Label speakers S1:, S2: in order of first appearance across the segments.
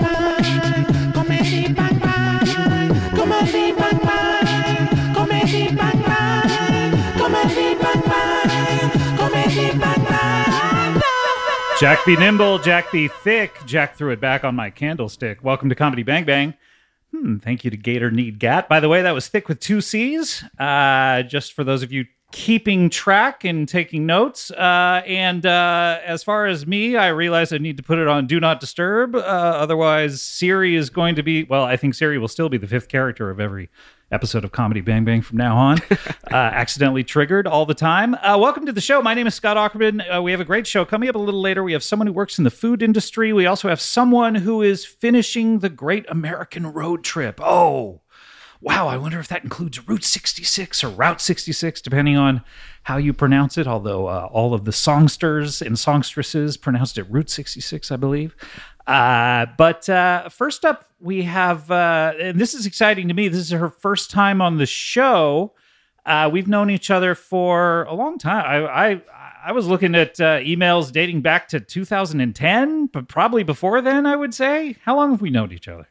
S1: bang, comedy bang bang, comedy bang bang, comedy bang bang, comedy bang bang.
S2: Jack be nimble, Jack be thick. Jack threw it back on my candlestick. Welcome to Comedy Bang Bang. Hmm, thank you to Gator Need Gat. By the way, that was thick with two C's. Uh, just for those of you keeping track and taking notes. Uh, and uh, as far as me, I realize I need to put it on Do Not Disturb. Uh, otherwise, Siri is going to be, well, I think Siri will still be the fifth character of every episode of Comedy Bang Bang from now on. uh, accidentally triggered all the time. Uh, welcome to the show. My name is Scott Ackerman. Uh, we have a great show coming up a little later. We have someone who works in the food industry. We also have someone who is finishing the Great American Road Trip. Oh, wow. I wonder if that includes Route 66 or Route 66, depending on how you pronounce it. Although uh, all of the songsters and songstresses pronounced it Route 66, I believe. Uh, but uh, first up, we have, uh, and this is exciting to me. This is her first time on the show. Uh, we've known each other for a long time. I I, I was looking at uh, emails dating back to 2010, but probably before then, I would say. How long have we known each other?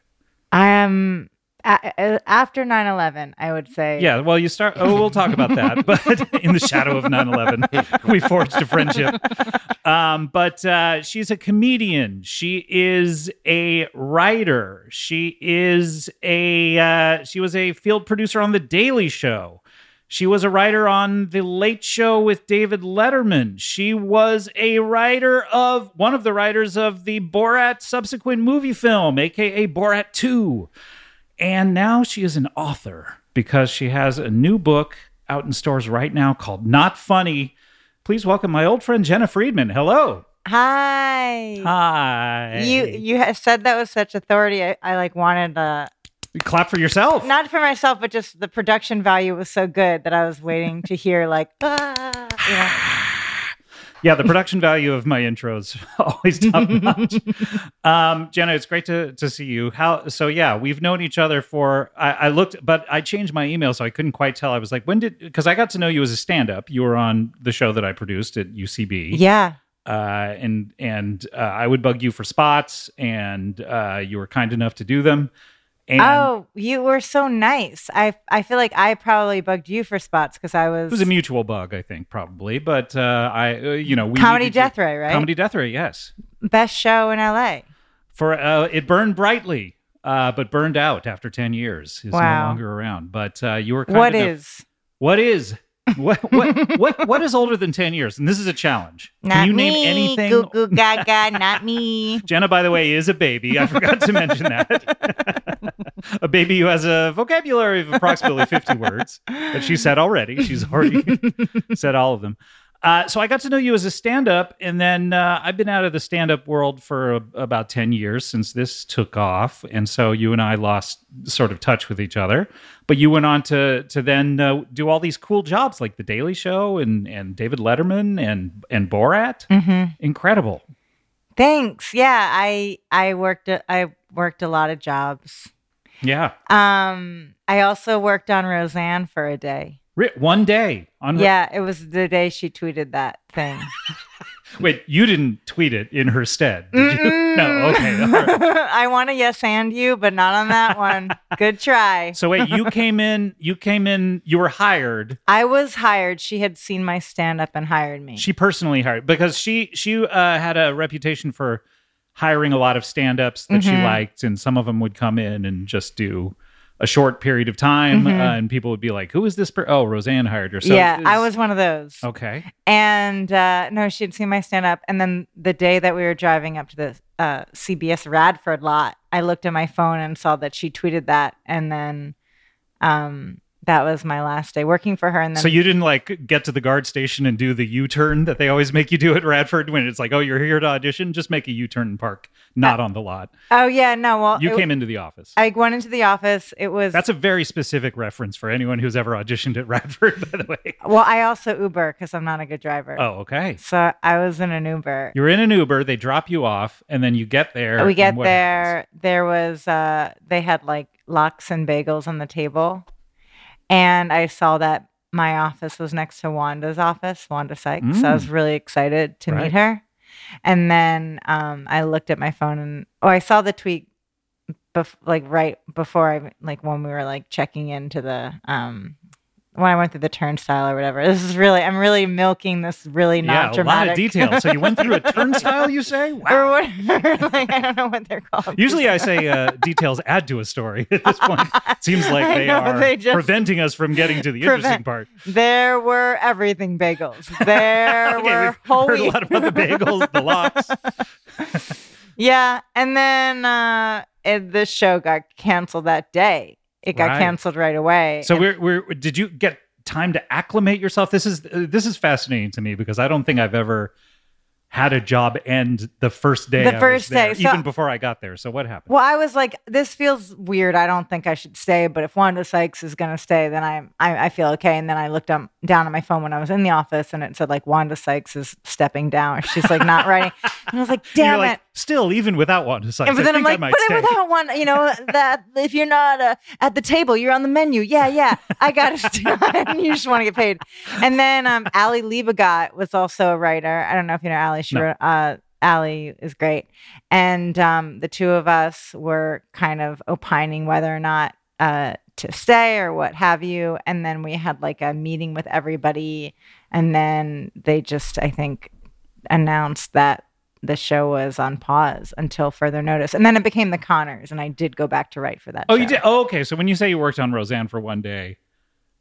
S3: Um, a- a- after 9-11, I would say.
S2: Yeah, well, you start. Oh, we'll talk about that. But in the shadow of 9 11, we forged a friendship. Um, but uh, she's a comedian. She is a writer. She is a. Uh, she was a field producer on The Daily Show. She was a writer on The Late Show with David Letterman. She was a writer of one of the writers of the Borat subsequent movie film, aka Borat 2. And now she is an author because she has a new book out in stores right now called Not Funny. Please welcome my old friend Jenna Friedman. Hello.
S3: Hi.
S2: Hi.
S3: You you had said that with such authority. I, I like wanted uh
S2: clap for yourself.
S3: not for myself, but just the production value was so good that I was waiting to hear like ah. You know?
S2: Yeah, the production value of my intros always top notch. um, Jenna, it's great to to see you. How so? Yeah, we've known each other for. I, I looked, but I changed my email, so I couldn't quite tell. I was like, when did? Because I got to know you as a stand up. You were on the show that I produced at UCB.
S3: Yeah.
S2: uh, and and uh, I would bug you for spots, and uh, you were kind enough to do them. And
S3: oh, you were so nice. I I feel like I probably bugged you for spots because I was,
S2: it was a mutual bug, I think, probably. But uh, I, uh, you know, we
S3: comedy
S2: needed to-
S3: death ray, right?
S2: comedy death ray, yes.
S3: Best show in LA.
S2: For uh, it burned brightly. uh, but burned out after 10 years. Is no
S3: Wow.
S2: longer around. But uh, you were kind
S3: What
S2: enough-
S3: is?
S2: What is? What, what, what, what is older than 10 years? And this is a challenge.
S3: Not
S2: Can you
S3: me.
S2: name anything?
S3: Goo goo gaga, not me.
S2: Jenna, by the way, is a baby. I forgot to mention that. a baby who has a vocabulary of approximately 50 words that she said already. She's already said all of them. Uh, so I got to know you as a stand up, and then uh, I've been out of the stand up world for a, about 10 years since this took off. And so you and I lost sort of touch with each other. But you went on to to then uh, do all these cool jobs like The Daily Show and, and David Letterman and, and Borat.
S3: hmm
S2: Incredible.
S3: Thanks. Yeah, I I worked a, I worked a lot of jobs.
S2: Yeah.
S3: Um, I also worked on Roseanne for a day.
S2: Ri- One day on Ri-
S3: Yeah, it was the day she tweeted that thing.
S2: Wait, you didn't tweet it in her stead. Did you? No, okay. all right.
S3: I want to yes and you, but not on that one. Good try.
S2: So wait, you came in, you came in, you were hired.
S3: I was hired. She had seen my stand up and hired me.
S2: She personally hired because she she uh, had a reputation for hiring a lot of stand-ups that she
S3: Mhm.
S2: liked and some of them would come in and just do a short period of time
S3: Mhm.
S2: uh, and people would be like, "Who is this per- Oh, Roseanne hired her." So
S3: yeah,
S2: it
S3: I was one of those.
S2: Okay.
S3: And uh, no, she had seen my stand up. And then the day that we were driving up to the uh, CBS Radford lot, I looked at my phone and saw that she tweeted that. And then um, that was my last day working for her. And then
S2: So you didn't like get to the guard station and do the U-turn that they always make you do at Radford when it's like, "Oh, you're here to audition, just make a U-turn and park, not on the lot."
S3: oh yeah, no, well,
S2: You
S3: it-
S2: came into the office.
S3: I went into the office. It was
S2: That's a very specific reference for anyone who's ever auditioned at Radford, by the way.
S3: well, I also Uber because I'm not a good driver.
S2: Oh, okay.
S3: So I was in an Uber.
S2: You're in an Uber, they drop you off, and then you get there.
S3: we
S2: and
S3: get
S2: what
S3: there.
S2: happens?
S3: There was uh they had like lox and bagels on the table. And I saw that my office was next to Wanda's office, Wanda Sykes. So I was really excited to
S2: Mm. Right.
S3: meet her. And then um I looked at my phone and oh I saw the tweet bef- like right before I like when we were like checking into the um when I went through the turnstile or whatever. This is really I'm really milking this really not
S2: Yeah, a
S3: dramatic
S2: lot of detail. So you went through a turnstile, you say? Wow.
S3: or whatever. like I don't know what they're called.
S2: Usually I say uh, details add to a story at this point. Seems like
S3: I
S2: they
S3: know,
S2: are
S3: they just-
S2: preventing us from getting to the
S3: Prevent-
S2: interesting part.
S3: There were everything bagels. There
S2: Okay,
S3: were
S2: we've
S3: whole
S2: heard a
S3: wheat.
S2: lot about the bagels, the locks.
S3: yeah, and then uh, it, the show got canceled that day. It got
S2: Right.
S3: canceled right away.
S2: So
S3: And-
S2: we're, we're did you get time to acclimate yourself? This is uh, this is fascinating to me because I don't think I've ever had a job end the first day.
S3: The
S2: I was
S3: first day,
S2: there,
S3: so-
S2: even before I got there. So what happened?
S3: well, I was like, this feels weird. I don't think I should stay, but if Wanda Sykes is gonna stay, then I'm I, I feel okay. And then I looked up, down at my phone when I was in the office, and it said like Wanda Sykes is stepping down, or she's like not writing. And I was like,
S2: And you're
S3: damn it.
S2: like, still, even without one, it's like,
S3: And but
S2: I
S3: then I'm
S2: think I
S3: like,
S2: might
S3: but
S2: stay.
S3: then without one, you know, that if you're not uh, at the table, you're on the menu. Yeah, yeah, I got to. you just want to get paid. And then um, Ali Liebegat was also a writer. I don't know if you know Ali. She
S2: No.
S3: wrote, uh, Ali is great. And um, the two of us were kind of opining whether or not uh, to stay or what have you. And then we had like a meeting with everybody. And then they just, I think, announced that the show was on pause until further notice. And then it became the Connors, and I did go back to write for that.
S2: oh,
S3: show.
S2: you did. Oh, okay. So when you say you worked on Roseanne for one day,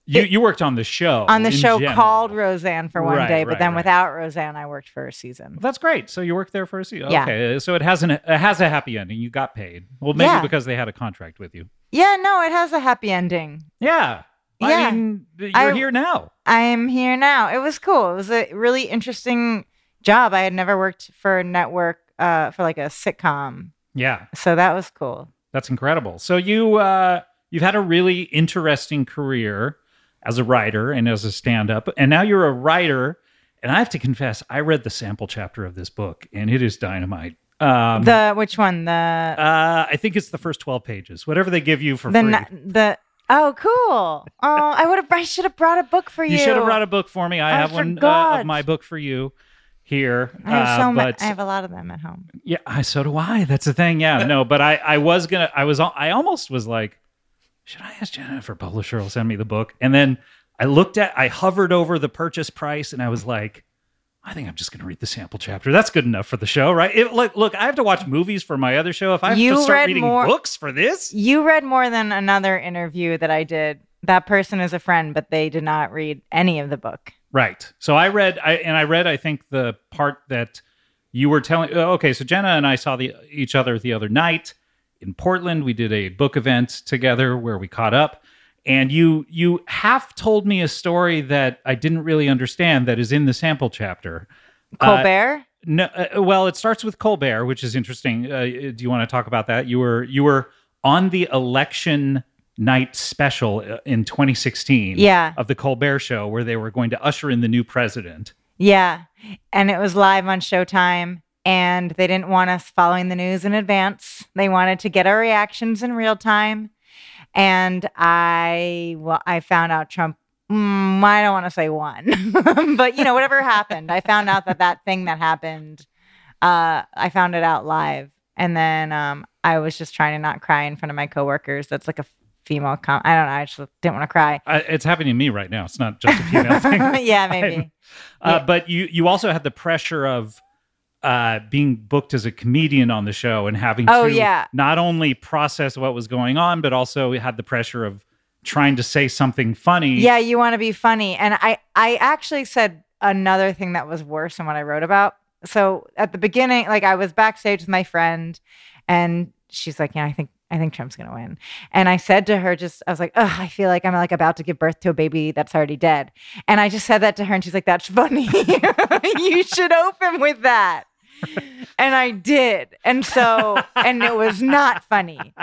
S2: you you worked on the show
S3: on the
S2: in
S3: show
S2: general.
S3: called Roseanne for one
S2: Right,
S3: day, but
S2: right,
S3: then
S2: right.
S3: without Roseanne, I worked for a season.
S2: That's great. So you worked there for a season.
S3: Yeah.
S2: Okay. So it has an it has a happy ending. You got paid. Well, maybe
S3: Yeah.
S2: because they had a contract with you.
S3: Yeah, no, it has a happy ending.
S2: Yeah. I
S3: Yeah.
S2: mean, you're
S3: I-
S2: here now.
S3: I am here now. It was cool. It was a really interesting job. I had never worked for a network uh, for like a sitcom,
S2: Yeah.
S3: so that was cool.
S2: That's incredible. So you uh, you've had a really interesting career as a writer and as a stand-up, and now you're a writer. And I have to confess, I read the sample chapter of this book, and it is dynamite. Um,
S3: the which one? The
S2: uh, I think it's the first twelve pages, whatever they give you for
S3: the
S2: free.
S3: na- the oh, cool. Oh, I would have. I should have brought a book for you.
S2: you should have brought a book for me. I,
S3: I
S2: have one uh,
S3: forgot.
S2: of my book for you here.
S3: I have
S2: Uh,
S3: so ma-
S2: but
S3: I have a lot of them at home.
S2: Yeah, I, so do I. That's the thing. Yeah, no, but I, I was gonna, I was, al- I almost was like, should I ask Jenna if her publisher will send me the book? And then I looked at, I hovered over the purchase price, and I was like, I think I'm just going to read the sample chapter. That's good enough for the show, right? It, look, look, I have to watch movies for my other show. If I have
S3: You
S2: to start
S3: read
S2: reading
S3: more-
S2: books for this,
S3: You read more than another interview that I did. That person is a friend, but they did not read any of the book.
S2: Right. So I read, I, and I read, I think the part that you were telling. oh, Okay, so Jenna and I saw the each other the other night in Portland. We did a book event together where we caught up, and you you half told me a story that I didn't really understand that is in the sample chapter. Uh,
S3: Colbert?
S2: no, uh, well, it starts with Colbert, which is interesting. Uh, do you want to talk about that? You were you were on the election night special uh, in 2016
S3: yeah.
S2: of the Colbert Show, where they were going to usher in the new president.
S3: Yeah. And it was live on Showtime. And they didn't want us following the news in advance. They wanted to get our reactions in real time. And I, well, I found out Trump. Mm, I don't want to say won, but you know, whatever happened, I found out that that thing that happened. Uh, I found it out live, and then um, I was just trying to not cry in front of my coworkers. That's like a female com. I don't know. I just didn't want to cry.
S2: I, it's happening to me right now. It's not just a female thing. Uh,
S3: yeah, maybe. Yeah.
S2: But you you also had the pressure of uh, being booked as a comedian on the show and having
S3: Oh,
S2: to
S3: yeah.
S2: not only process what was going on, but also had the pressure of trying to say something funny.
S3: Yeah, you want to be funny. And I I actually said another thing that was worse than what I wrote about. So at the beginning, like I was backstage with my friend and she's like, "Yeah, I think I think Trump's going to win." And I said to her just I was like, "Ugh, I feel like I'm like about to give birth to a baby that's already dead." And I just said that to her and she's like, "That's funny. you should open with that." And I did. And so and it was not funny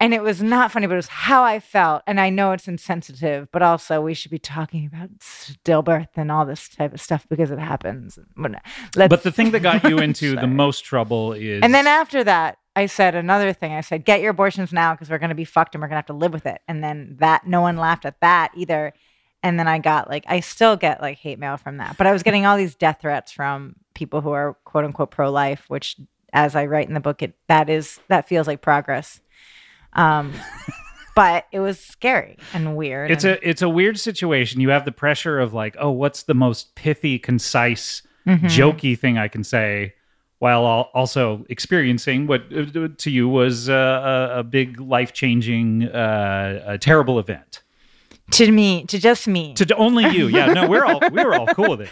S3: and it was not funny, but it was how I felt. And I know it's insensitive, but also we should be talking about stillbirth and all this type of stuff because it happens. But let's-
S2: But the thing that got you into the
S3: Sorry.
S2: most trouble is
S3: And then after that, I said another thing. I said, "Get your abortions now because we're going to be fucked and we're going to have to live with it." And then that no one laughed at that either. And then I got like I still get like hate mail from that, but I was getting all these death threats from people who are quote unquote pro life, which, as I write in the book, it that is that feels like progress. Um, but it was scary and weird.
S2: it's
S3: and,
S2: a it's a weird situation. You have the pressure of like, oh, what's the most pithy, concise
S3: Mhm.
S2: jokey thing I can say while al- also experiencing what uh, to you was uh, a, a big life changing, uh, a terrible event.
S3: to me, to just me.
S2: To d- only you, yeah. No, we're all we were all cool with it.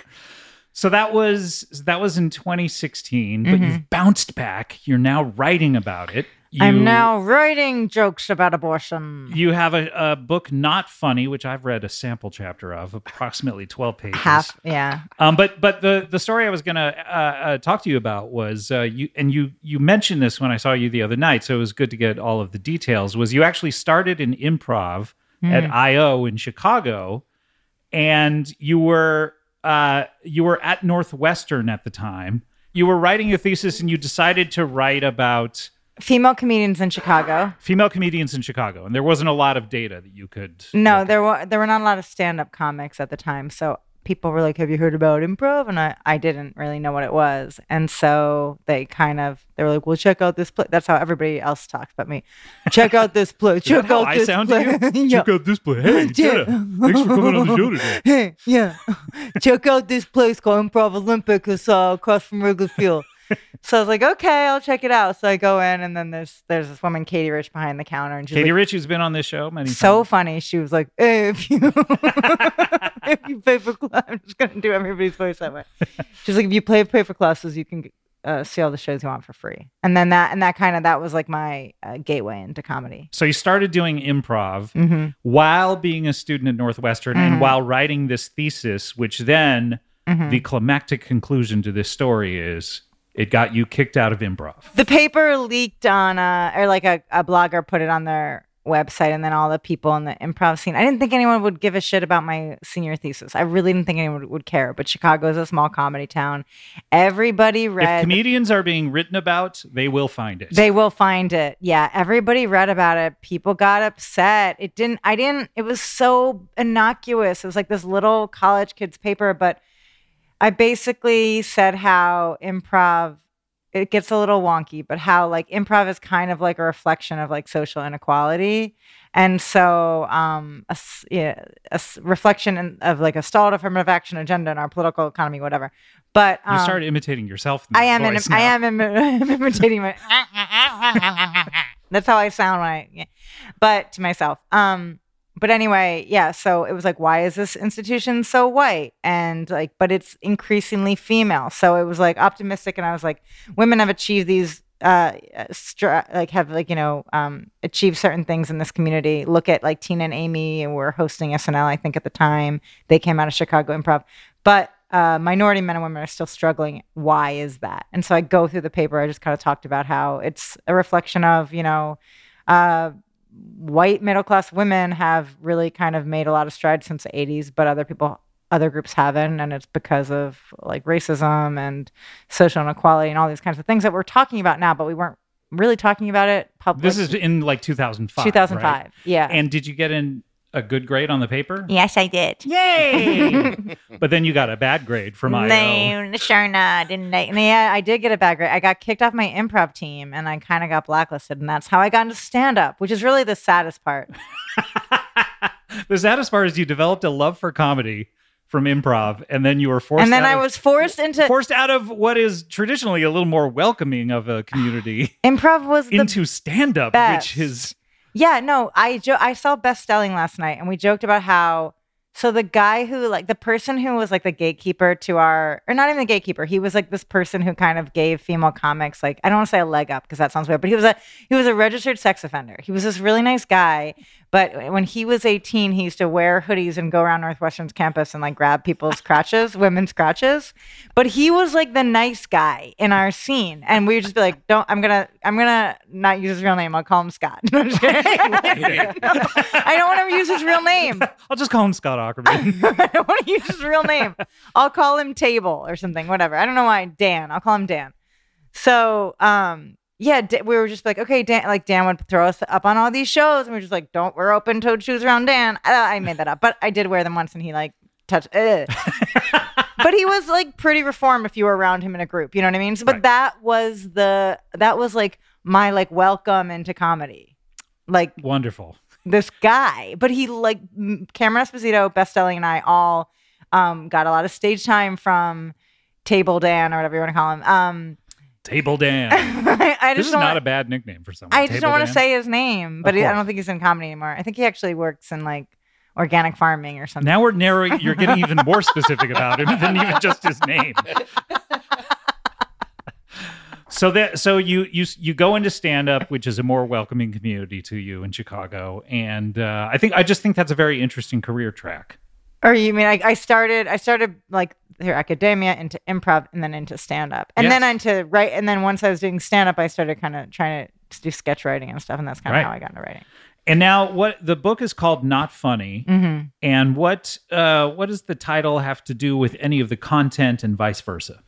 S2: So that was that was in 2016,
S3: Mm-hmm.
S2: but you've bounced back. You're now writing about it. You,
S3: I'm now writing jokes about abortion.
S2: You have a, a book, not funny, which I've read a sample chapter of, approximately 12 pages.
S3: Half, yeah.
S2: Um, but but the the story I was gonna uh, uh, talk to you about was uh, you and you you mentioned this when I saw you the other night, so it was good to get all of the details. Was you actually started in improv
S3: Hmm.
S2: at IO in Chicago, and you were uh, you were at Northwestern at the time. You were writing a thesis, and you decided to write about
S3: Female comedians in Chicago.
S2: female comedians in Chicago, and there wasn't a lot of data that you could.
S3: No,
S2: look
S3: there were there were not a lot of stand up comics at the time, so people were like, "Have you heard about improv?" And I, I didn't really know what it was, and so they kind of they were like, "Well, check out this place." That's how everybody else talks about me. Check out this place.
S2: Is that
S3: check
S2: how
S3: out
S2: "Oh, I
S3: this
S2: sound to you?
S3: place.
S2: at.
S3: yeah.
S2: Check out this play. Hey,
S3: Yeah.
S2: Jenna, thanks for coming on the show today.
S3: Hey, yeah. check out this place called Improv Olympic. It's uh, across from Wrigley Field. so I was like, "Okay, I'll check it out." So I go in, and then there's there's this woman, Katie Rich, behind the counter, and she's like,
S2: Katie Rich, who's been on this show many
S3: so funny. She was like, hey, if you if you pay for class, I'm just gonna do everybody's voice that way. She's like, if you play pay for classes, you can uh, see all the shows you want for free. And then that and that kind of that was like my uh, gateway into comedy.
S2: So you started doing improv
S3: Mm-hmm.
S2: while being a student at Northwestern and
S3: Mhm.
S2: while writing this thesis, which then
S3: Mhm.
S2: the climactic conclusion to this story is it got you kicked out of improv.
S3: The paper leaked on uh or like a, a blogger put it on their website and then all the people in the improv scene. I didn't think anyone would give a shit about my senior thesis. I really didn't think anyone would, would care, but Chicago is a small comedy town. Everybody
S2: If
S3: read
S2: comedians are being written about, they will find it.
S3: They will find it. Yeah, everybody read about it. People got upset. It didn't I didn't it was so innocuous. It was like this little college kids paper, but I basically said how improv it gets a little wonky, but how like improv is kind of like a reflection of like social inequality And so, um, a, s- yeah, a s- reflection in, of like a stalled affirmative action agenda in our political economy, whatever. But um,
S2: you start imitating yourself. In
S3: I am.
S2: Voice
S3: Im- I
S2: now.
S3: am im- I'm imitating my. That's how I sound when I, yeah. but to myself. Um, but anyway, yeah. So it was like, why is this institution so white and like, but it's increasingly female. So it was like optimistic, and I was like, women have achieved these, uh, stra- like have like you know, um, achieved certain things in this community. Look at like Tina and Amy, and were hosting SNL, I think at the time they came out of Chicago Improv, but uh, minority men and women are still struggling. Why is that? And so I go through the paper. I just kind of talked about how it's a reflection of, you know, uh, white middle class women have really kind of made a lot of strides since the 80s, but other people, other groups haven't. And it's because of like racism and social inequality and all these kinds of things that we're talking about now, but we weren't really talking about it publicly.
S2: This is in like 2005. right?
S3: 2005. Yeah.
S2: And did you get in a good grade on the paper?
S3: yes, I did.
S2: Yay! but then you got a bad grade from IO.
S3: No, sure not. Didn't I? And yeah, I did get a bad grade. I got kicked off my improv team, and I kind of got blacklisted, and that's how I got into stand up, which is really the saddest part.
S2: the saddest part is you developed a love for comedy from improv, and then you were forced.
S3: and then
S2: out
S3: I
S2: of-
S3: was forced into
S2: forced out of what is traditionally a little more welcoming of a community
S3: improv. Was the
S2: into stand up,
S3: best.
S2: which is
S3: Yeah, no, I jo- I saw Best Selling last night, and we joked about how. So the guy who like the person who was like the gatekeeper to our, or not even the gatekeeper, he was like this person who kind of gave female comics like I don't want to say a leg up because that sounds weird, but he was a he was a registered sex offender. He was this really nice guy, but when he was 18, he used to wear hoodies and go around Northwestern's campus and like grab people's crotches, women's crotches. But he was like the nice guy in our scene, and we would just be like, "Don't, I'm gonna, I'm gonna not use his real name. I'll call him Scott." I'm just kidding. I don't want to use his real name.
S2: I'll just call him Scott Ackerman.
S3: I don't want to use his real name. I'll call him Table or something, whatever. I don't know why Dan. I'll call him Dan. So, um, yeah, Da- we were just like, okay, Dan, like Dan would throw us up on all these shows, and we are just like, don't wear open-toed shoes around Dan. Uh, I made that up, but I did wear them once, and he like touched. eh. but he was like pretty reformed if you were around him in a group, you know what I mean? So, but
S2: Right.
S3: that was the that was like my like welcome into comedy, like
S2: Wonderful.
S3: this guy, but he like m- Cameron Esposito, Best Selling, and I all um, got a lot of stage time from Table Dan or whatever you want to call him. Um,
S2: Table Dan.
S3: I, I
S2: this
S3: just
S2: is
S3: don't.
S2: not a
S3: Wanna,
S2: bad nickname for someone.
S3: I just
S2: Table
S3: don't want to
S2: Dan.
S3: say his name, but he, I
S2: course.
S3: don't think he's in comedy anymore. I think he actually works in like organic farming or something.
S2: Now we're narrowing. You're getting even more specific about him than even just his name. So that so you you you go into stand up, which is a more welcoming community to you in Chicago, and uh, I think I just think that's a very interesting career track.
S3: Or you mean I, I started? I started like through academia into improv and then into stand up, and then into right. And then once I was doing stand up, I started kind of trying to do sketch writing and stuff, and that's kind of
S2: Right.
S3: how I got into writing.
S2: And now what the book is called Not Funny,
S3: Mm-hmm.
S2: and what uh, what does the title have to do with any of the content and vice versa?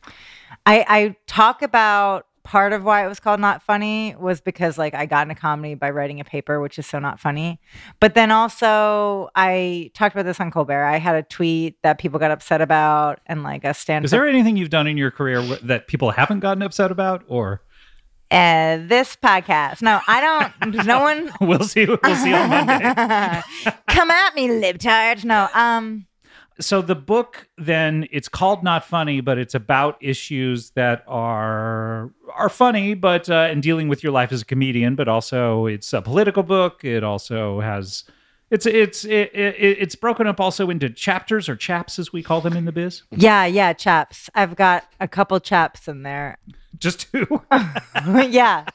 S3: I, I talk about part of why it was called not funny was because like I got into comedy by writing a paper, which is so not funny. But then also I talked about this on Colbert. I had a tweet that people got upset about and like a stand
S2: Is there anything you've done in your career wh- that people haven't gotten upset about, or
S3: uh, this podcast. No, I don't no one
S2: we'll see we'll see on Monday.
S3: come at me, libtards. No. Um
S2: so the book then it's called not funny but it's about issues that are are funny but uh, and dealing with your life as a comedian but also it's a political book it also has it's it's it, it, it's broken up also into chapters or chaps as we call them in the biz
S3: yeah, yeah, chaps. I've got a couple chaps in there.
S2: just two
S3: yeah.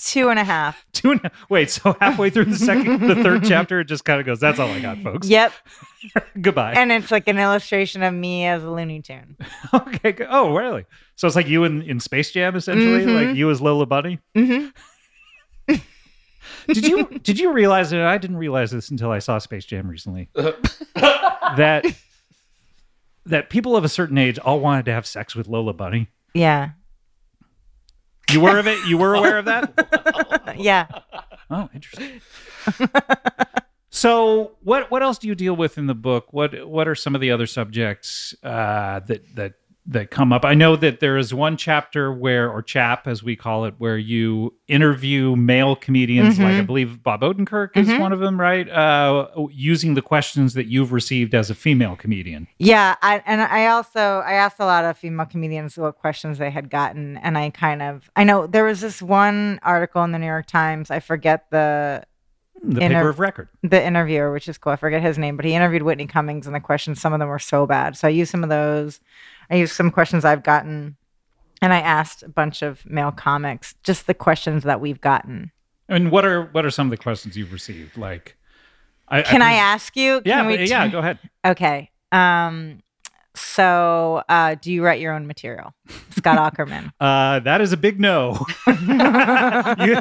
S3: Two and a half.
S2: two and a- wait so halfway through the second the third chapter it just kind of goes that's all i got folks
S3: Yep.
S2: goodbye
S3: And it's like an illustration of me as a Looney Tune.
S2: okay good. oh really so it's like you in, in space jam essentially like you as lola bunny
S3: Mhm.
S2: did you did you realize that i didn't realize this until i saw space jam recently that that people of a certain age all wanted to have sex with lola bunny
S3: Yeah.
S2: you were of it you were aware of that
S3: Yeah.
S2: oh interesting so what what else do you deal with in the book what what are some of the other subjects uh that that that come up. I know that there is one chapter where, or chap as we call it, where you interview male comedians, like
S3: Mm-hmm.
S2: I believe Bob Odenkirk is one of them, right? Uh, using the questions that you've received as a female comedian.
S3: Yeah, I, and I also I asked a lot of female comedians what questions they had gotten, and I kind of I know there was this one article in the New York Times. I forget the
S2: The
S3: Inter-
S2: paper of record.
S3: the interviewer, which is cool. I forget his name, but he interviewed Whitney Cummings, and the questions some of them were so bad. So I used some of those. I used some questions I've gotten, and I asked a bunch of male comics just the questions that we've gotten.
S2: And what are what are some of the questions you've received? Like, I,
S3: Can I
S2: pres-
S3: ask you?
S2: Yeah,
S3: Can we
S2: but- yeah.
S3: t-
S2: Go ahead.
S3: Okay. Um. So, uh, do you write your own material, Scott Ackerman?
S2: Uh, that is a big no. you,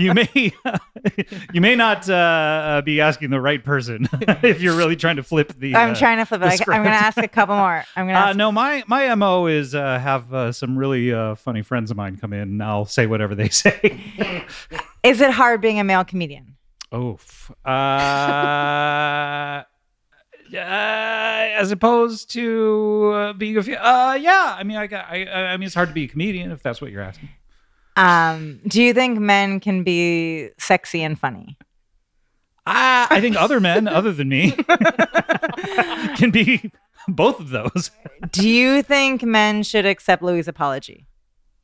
S2: you may you may not uh, uh, be asking the right person if you're really trying to flip the.
S3: I'm
S2: uh,
S3: trying to flip it. I,
S2: the
S3: I'm going to ask a couple more. I'm going to
S2: Uh,
S3: ask
S2: no, my my mo is uh, have uh, some really uh, funny friends of mine come in, and I'll say whatever they say.
S3: Is it hard being a male comedian?
S2: Oof. Uh, uh, as opposed to uh, being a, fe- uh, yeah. I mean, I, got, I, I mean, it's hard to be a comedian if that's what you're asking.
S3: Um, do you think men can be sexy and funny?
S2: I,
S3: Ah.
S2: I think other men, other than me, can be both of those.
S3: Do you think men should accept Louis' apology?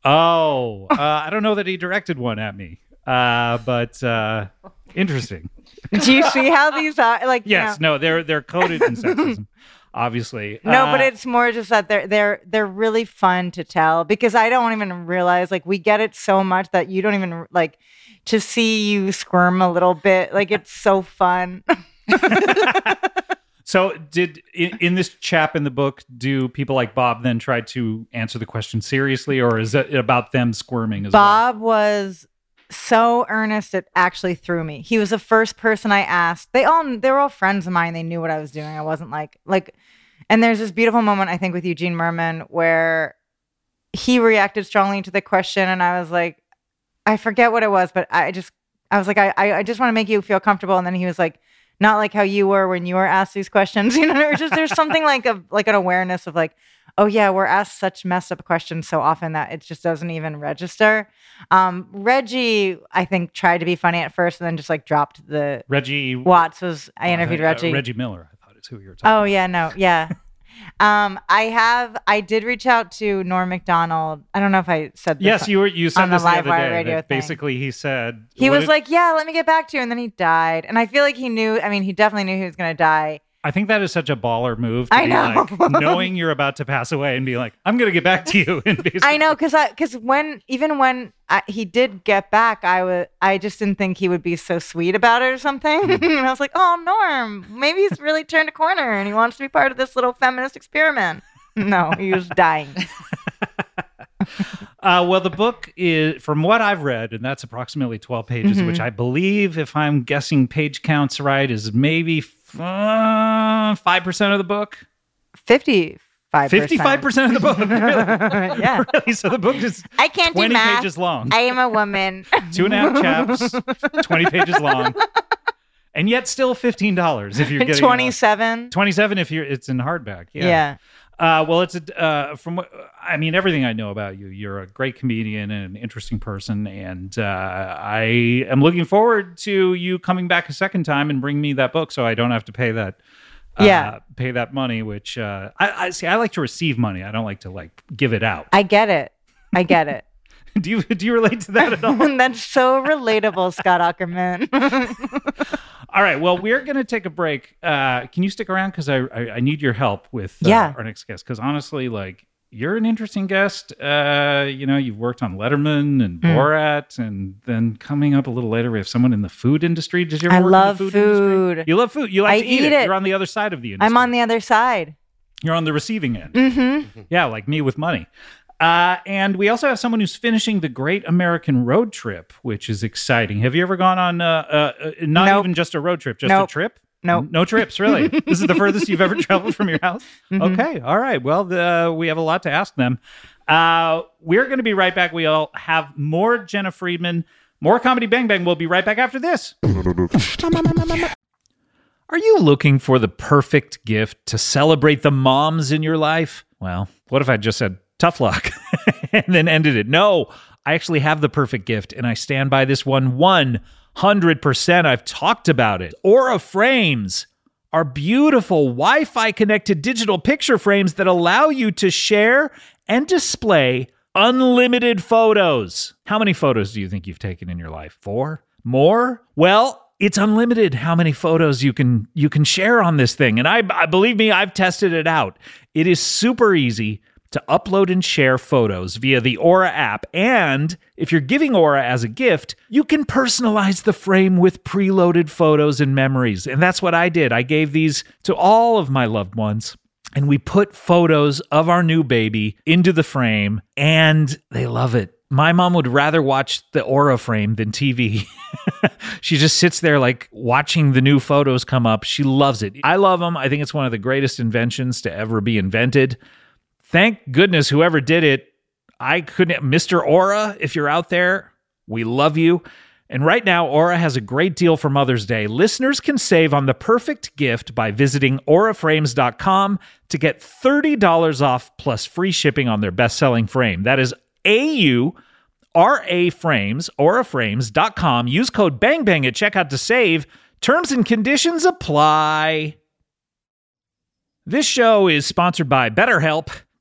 S2: Oh, uh, I don't know that he directed one at me, uh, but uh, interesting.
S3: Do you see how these are like? you
S2: Yes,
S3: know-
S2: no, they're they're coded in sexism, obviously.
S3: no,
S2: Uh,
S3: but it's more just that they're they're they're really fun to tell because I don't even realize like we get it so much that you don't even like to see you squirm a little bit like it's so fun.
S2: so did in, in this chap in the book do people like Bob then try to answer the question seriously, or is it about them squirming as well?
S3: Bob was so earnest it actually threw me. He was the first person I asked. They all they were all friends of mine. They knew what I was doing. I wasn't like like and there's this beautiful moment I think with Eugene Merman where he reacted strongly to the question and I was like I forget what it was, but I just I was like I I, I just want to make you feel comfortable and then he was like not like how you were when you were asked these questions. You know, there's just there's something like a like an awareness of like oh yeah, we're asked such messed up questions so often that it just doesn't even register. Um, Reggie, I think, tried to be funny at first and then just like dropped the
S2: Reggie
S3: Watts was I interviewed
S2: uh,
S3: Reggie.
S2: Reggie Miller, I thought is who you were talking.
S3: Oh yeah, no, yeah. um, I have I did reach out to Norm McDonald. I don't know if I said this
S2: Yes, you were. You said
S3: on the
S2: this the other
S3: Livewire
S2: day.
S3: radio
S2: that
S3: thing.
S2: basically, he said
S3: He
S2: what
S3: was
S2: did-
S3: like, "Yeah, let me get back to you," and then he died. And I feel like he knew. I mean, he definitely knew he was going to die.
S2: "I think that is such a baller move." To
S3: I
S2: be
S3: know.
S2: like, knowing you're about to pass away and be like, "I'm going to get back to you." And basically,
S3: I know because I because when even when I, he did get back, I was I just didn't think he would be so sweet about it or something. and I was like, oh Norm, maybe he's really turned a corner and he wants to be part of this little feminist experiment. No, he was dying.
S2: Uh, well, the book is, from what I've read, and that's approximately 12 pages,
S3: Mm-hmm.
S2: which I believe, if I'm guessing page counts right, is maybe f- uh, 5% of the book.
S3: Fifty five.
S2: 55% of the book. Really?
S3: yeah,
S2: Really? So the book is
S3: I can't do
S2: 20
S3: math.
S2: pages long,
S3: I am a woman.
S2: two and a half chaps, 20 pages long, and yet still $15 if you're getting it all.
S3: Twenty seven.
S2: 27 if you're it's in hardback yeah,
S3: Yeah.
S2: Uh, well, it's a, uh, from what I mean, everything I know about you, you're a great comedian and an interesting person. And uh, I am looking forward to you coming back a second time and bring me that book so I don't have to pay that. Uh,
S3: Yeah.
S2: pay that money, which uh, I, I see. I like to receive money. I don't like to like give it out.
S3: I get it. I get it.
S2: do you do you relate to that at all?
S3: That's so relatable, Scott Ackerman.
S2: All right. Well, we're going to take a break. Uh, can you stick around? Because I, I I need your help with uh,
S3: Yeah.
S2: our next guest. Because honestly, like you're an interesting guest. Uh, you know, you've worked on Letterman and
S3: Hmm.
S2: Borat, and then coming up a little later, we have someone in the food industry. Did you? Ever
S3: I
S2: work
S3: love
S2: in the food. industry?
S3: food.
S2: You love food. You like
S3: I
S2: to eat,
S3: eat
S2: it.
S3: it.
S2: You're on the other side of the industry.
S3: I'm on the other side.
S2: You're on the receiving end.
S3: hmm
S2: Yeah, like me with money. Uh, and we also have someone who's finishing the Great American Road Trip, which is exciting. Have you ever gone on uh, uh, uh, not
S3: Nope.
S2: even just a road trip, just
S3: Nope.
S2: a trip?
S3: Nope.
S2: no trips really. this is the furthest you've ever traveled from your house.
S3: Mm-hmm.
S2: Okay, all right. Well, the, we have a lot to ask them. Uh, we're going to be right back. We'll have more Jenna Friedman, more comedy Bang Bang. We'll be right back after this.
S4: Are you looking for the perfect gift to celebrate the moms in your life? Well,
S2: What if I just said tough luck and then ended it? No, I actually have the perfect gift and I stand by this one 100%. I've talked about it. Aura frames are beautiful Wi Fi connected digital picture frames that allow you to share and display unlimited photos. How many photos do you think you've taken in your life? Four? More? Well, it's unlimited how many photos you can you can share on this thing and I, I believe me I've tested it out. It is super easy to upload and share photos via the Aura app and if you're giving Aura as a gift, you can personalize the frame with preloaded photos and memories. And that's what I did. I gave these to all of my loved ones and we put photos of our new baby into the frame and they love it. My mom would rather watch the Aura frame than TV. she just sits there like watching the new photos come up. She loves it. I love them. I think it's one of the greatest inventions to ever be invented. Thank goodness whoever did it. I couldn't Mr. Aura, if you're out there, we love you. And right now, Aura has a great deal for Mother's Day. Listeners can save on the perfect gift by visiting auraframes.com to get $30 off plus free shipping on their best selling frame. That is A U R A frames, auraframes.com. Use code BANGBANG at checkout to save. Terms and conditions apply. This show is sponsored by BetterHelp.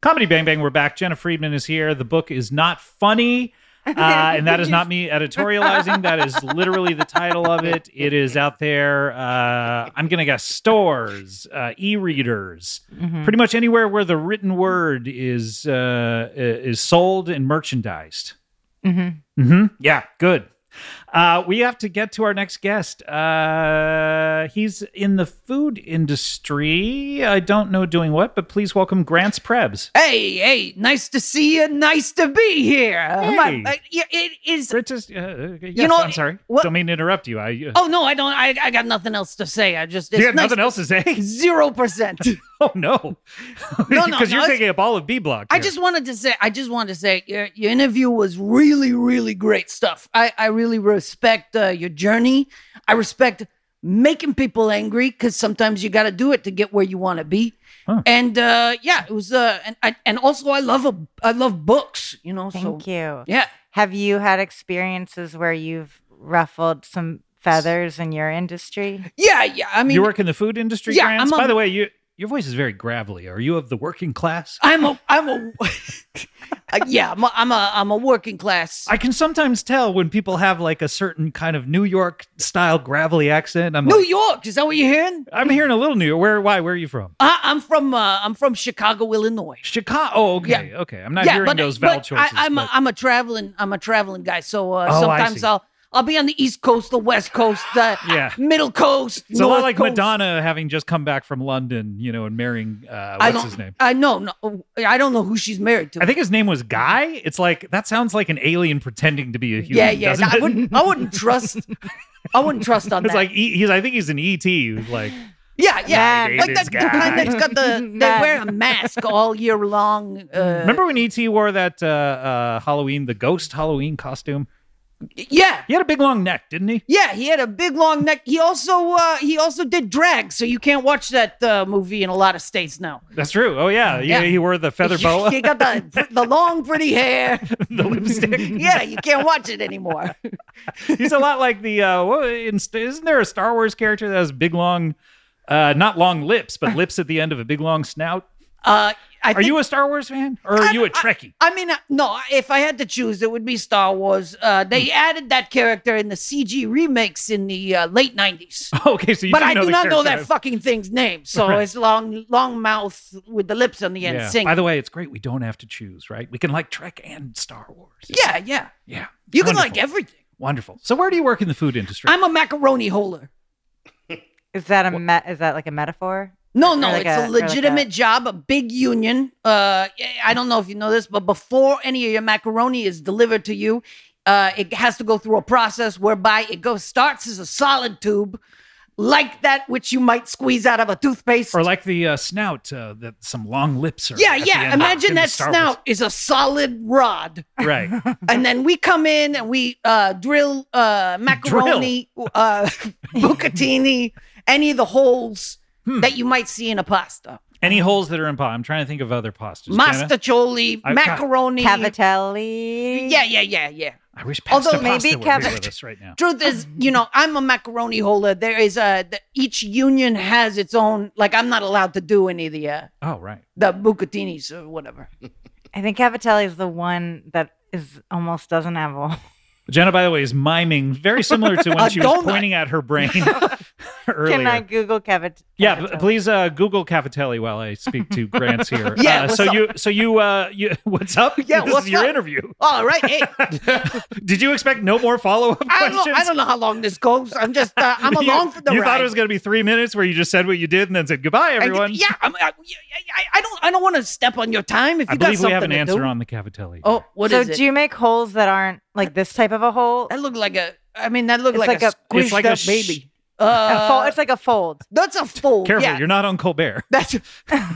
S2: Comedy Bang Bang, we're back. Jenna Friedman is here. The book is not funny. Uh, and that is not me editorializing. That is literally the title of it. It is out there. Uh, I'm going to guess stores, uh, e-readers, pretty much anywhere where the written word is uh, is sold and merchandised. Mm-hmm. Yeah, good. Uh, we have to get to our next guest. Uh, he's in the food industry. I don't know doing what, but please welcome Grants Prebs.
S5: Hey, hey, nice to see you. Nice to be here.
S2: Hey.
S5: My, I, yeah, it is.
S2: Princess, uh, uh, yes,
S5: know,
S2: I'm sorry.
S5: what-
S2: Don't mean to interrupt you. I uh,
S5: Oh, no, I don't. I, I got nothing else to say. I just. It's
S2: you got nothing else to say.
S5: Zero percent.
S2: Oh no, because
S5: No, no, no,
S2: you're
S5: it's-
S2: taking up all of B block.
S5: I
S2: here.
S5: just wanted to say, I just wanted to say, your, your interview was really, really great stuff. I, I really respect uh, your journey. I respect making people angry because sometimes you got to do it to get where you want to be. And uh, yeah, it was. Uh, and I, and also, I love a, I love books. You know.
S3: Thank
S5: so,
S3: you.
S5: Yeah.
S3: Have you had experiences where you've ruffled some feathers in your industry?
S5: Yeah, yeah. I mean,
S2: you work in the food industry,
S5: Yeah,
S2: Grants?
S5: I'm a-
S2: By the way, you your voice is very gravelly. Are you of the working class?
S5: I'm a, I'm a, Uh, yeah, I'm a, I'm a, I'm a working class.
S2: I can sometimes tell when people have like a certain kind of New York style gravelly accent. I'm
S5: New
S2: like,
S5: York, is that what you're hearing?
S2: I'm hearing a little New York. Where? Why? Where are you from?
S5: I, I'm from, uh, I'm from Chicago, Illinois.
S2: Chicago. Oh, okay, okay. I'm not hearing those vowel
S5: but
S2: choices.
S5: I, I'm,
S2: but-
S5: a, I'm a traveling, I'm a traveling guy. So uh,
S2: Oh, I
S5: sometimes
S2: see.
S5: I'll, I'll be on the East Coast, the West Coast, the
S2: Yeah.
S5: Middle Coast.
S2: it's a lot
S5: North
S2: like
S5: Coast.
S2: Madonna having just come back from London, you know, and marrying uh,
S5: I
S2: what's
S5: don't,
S2: his name?
S5: I know, no, I don't know who she's married to.
S2: I think his name was Guy. It's like that sounds like an alien pretending to be a human.
S5: yeah, yeah.
S2: doesn't
S5: I
S2: it?
S5: wouldn't, I wouldn't trust, I wouldn't trust on
S2: It's
S5: that.
S2: like he- he's. I think he's an ET. who's Like
S5: yeah, yeah.
S3: Man.
S5: Like that,
S2: this
S5: the kind
S2: guy.
S5: that's got the, they
S3: Man.
S5: wear a mask all year long. Uh,
S2: Remember when ET wore that uh, uh, Halloween, the ghost Halloween costume?
S5: Yeah.
S2: He had a big long neck, didn't he?
S5: Yeah, he had a big long neck. He also uh, he also did drag, so you can't watch that uh, movie in a lot of states now.
S2: That's true. Oh yeah, yeah.
S5: Yeah.
S2: He wore the feather boa,
S5: he got the the long pretty hair.
S2: the lipstick.
S5: Yeah, you can't watch it anymore.
S2: He's a lot like the. Uh, what, in, isn't there a Star Wars character that has big long, uh, not long lips, but lips at the end of a big long snout?
S5: Uh, I
S2: Are
S5: think,
S2: you a Star Wars fan, or are you a Trekkie?
S5: I mean, uh, no. If I had to choose, it would be Star Wars. Uh, they
S2: Hmm.
S5: added that character in the CG remakes in the uh, late nineties.
S2: okay, so you.
S5: But
S2: do
S5: I
S2: know
S5: do
S2: the
S5: not know
S2: character.
S5: that fucking thing's name. So
S2: Right.
S5: it's long, long mouth with the lips on the end.
S2: Yeah.
S5: Sing.
S2: By the way, it's great. We don't have to choose, right? We can like Trek and Star Wars.
S5: yeah, yeah.
S2: yeah.
S5: You can
S2: Wonderful.
S5: like everything.
S2: Wonderful. So where do you work in the food industry?
S5: I'm a macaroni holer.
S3: Is that a me- is that like a metaphor?
S5: No,
S3: Or
S5: no,
S3: like
S5: it's
S3: a-
S5: a,
S3: or like
S5: legitimate
S3: a-
S5: job, a big union. Uh, I don't know if you know this, but before any of your macaroni is delivered to you, uh, it has to go through a process whereby it goes starts as a solid tube, like that which you might squeeze out of a toothpaste.
S2: or like the uh, snout, uh, that some long lips are.
S5: yeah,
S2: at the
S5: yeah.
S2: end of-
S5: Imagine
S2: in the
S5: that
S2: Star Wars.
S5: snout is a solid rod,
S2: Right.
S5: and then we come in and we uh, drill uh, macaroni, uh, bucatini, any of the holes
S2: Hmm.
S5: that you might see in a pasta.
S2: Any holes that are in pot? I'm trying to think of other pastas. Jenna?
S5: Mastacholi,
S2: I've got-
S5: macaroni.
S3: Cavatelli.
S5: Yeah, yeah, yeah, yeah.
S2: I wish
S5: Although
S2: pasta
S3: maybe
S2: pasta were here
S3: cabbage-
S2: with us right now.
S5: Truth is, you know, I'm a macaroni holder. There is a the, each union has its own. Like, I'm not allowed to do any of the uh,
S2: Oh, right.
S5: the bucatinis or whatever.
S3: I think Cavatelli is the one that is almost doesn't have a.
S2: Jenna, by the way, is miming very similar to when
S5: A
S2: she was
S5: donut.
S2: pointing at her brain earlier.
S3: Can I Google Cavat?
S2: yeah,
S3: Cavatelli?
S2: but please uh, Google Cavatelli while I speak to Grants here.
S5: Yeah,
S2: uh,
S5: what's
S2: so
S5: up?
S2: you, so you, uh, you, what's up?
S5: Yeah,
S2: this
S5: what's
S2: is your
S5: up?
S2: interview.
S5: All right, hey,
S2: Did you expect no more follow up
S5: I don't, know,
S2: questions?
S5: I don't know how long this goes. I'm just, uh, I'm
S2: You-
S5: along for the
S2: You
S5: ride.
S2: thought it was going to be three minutes where you just said what you did and then said goodbye,
S5: I-
S2: everyone.
S5: yeah, I'm, I, I, I don't, I don't want to step on your time. If you
S2: I
S5: got
S2: believe
S5: something
S2: we have an
S5: to
S2: answer
S5: do.
S2: on the Cavatelli.
S5: Oh, what
S3: so
S5: is it?
S3: do you make holes that aren't like this type of a hole?
S5: that looked like a. I mean, that looked
S3: It's like
S5: like, a,
S3: a-
S5: squished
S2: It's like a
S5: up
S2: sh-
S5: baby.
S3: a
S5: Uh,
S3: fold. It's like a fold.
S5: that's a fold.
S2: Careful,
S5: yeah.
S2: you're not on Colbert.
S5: That's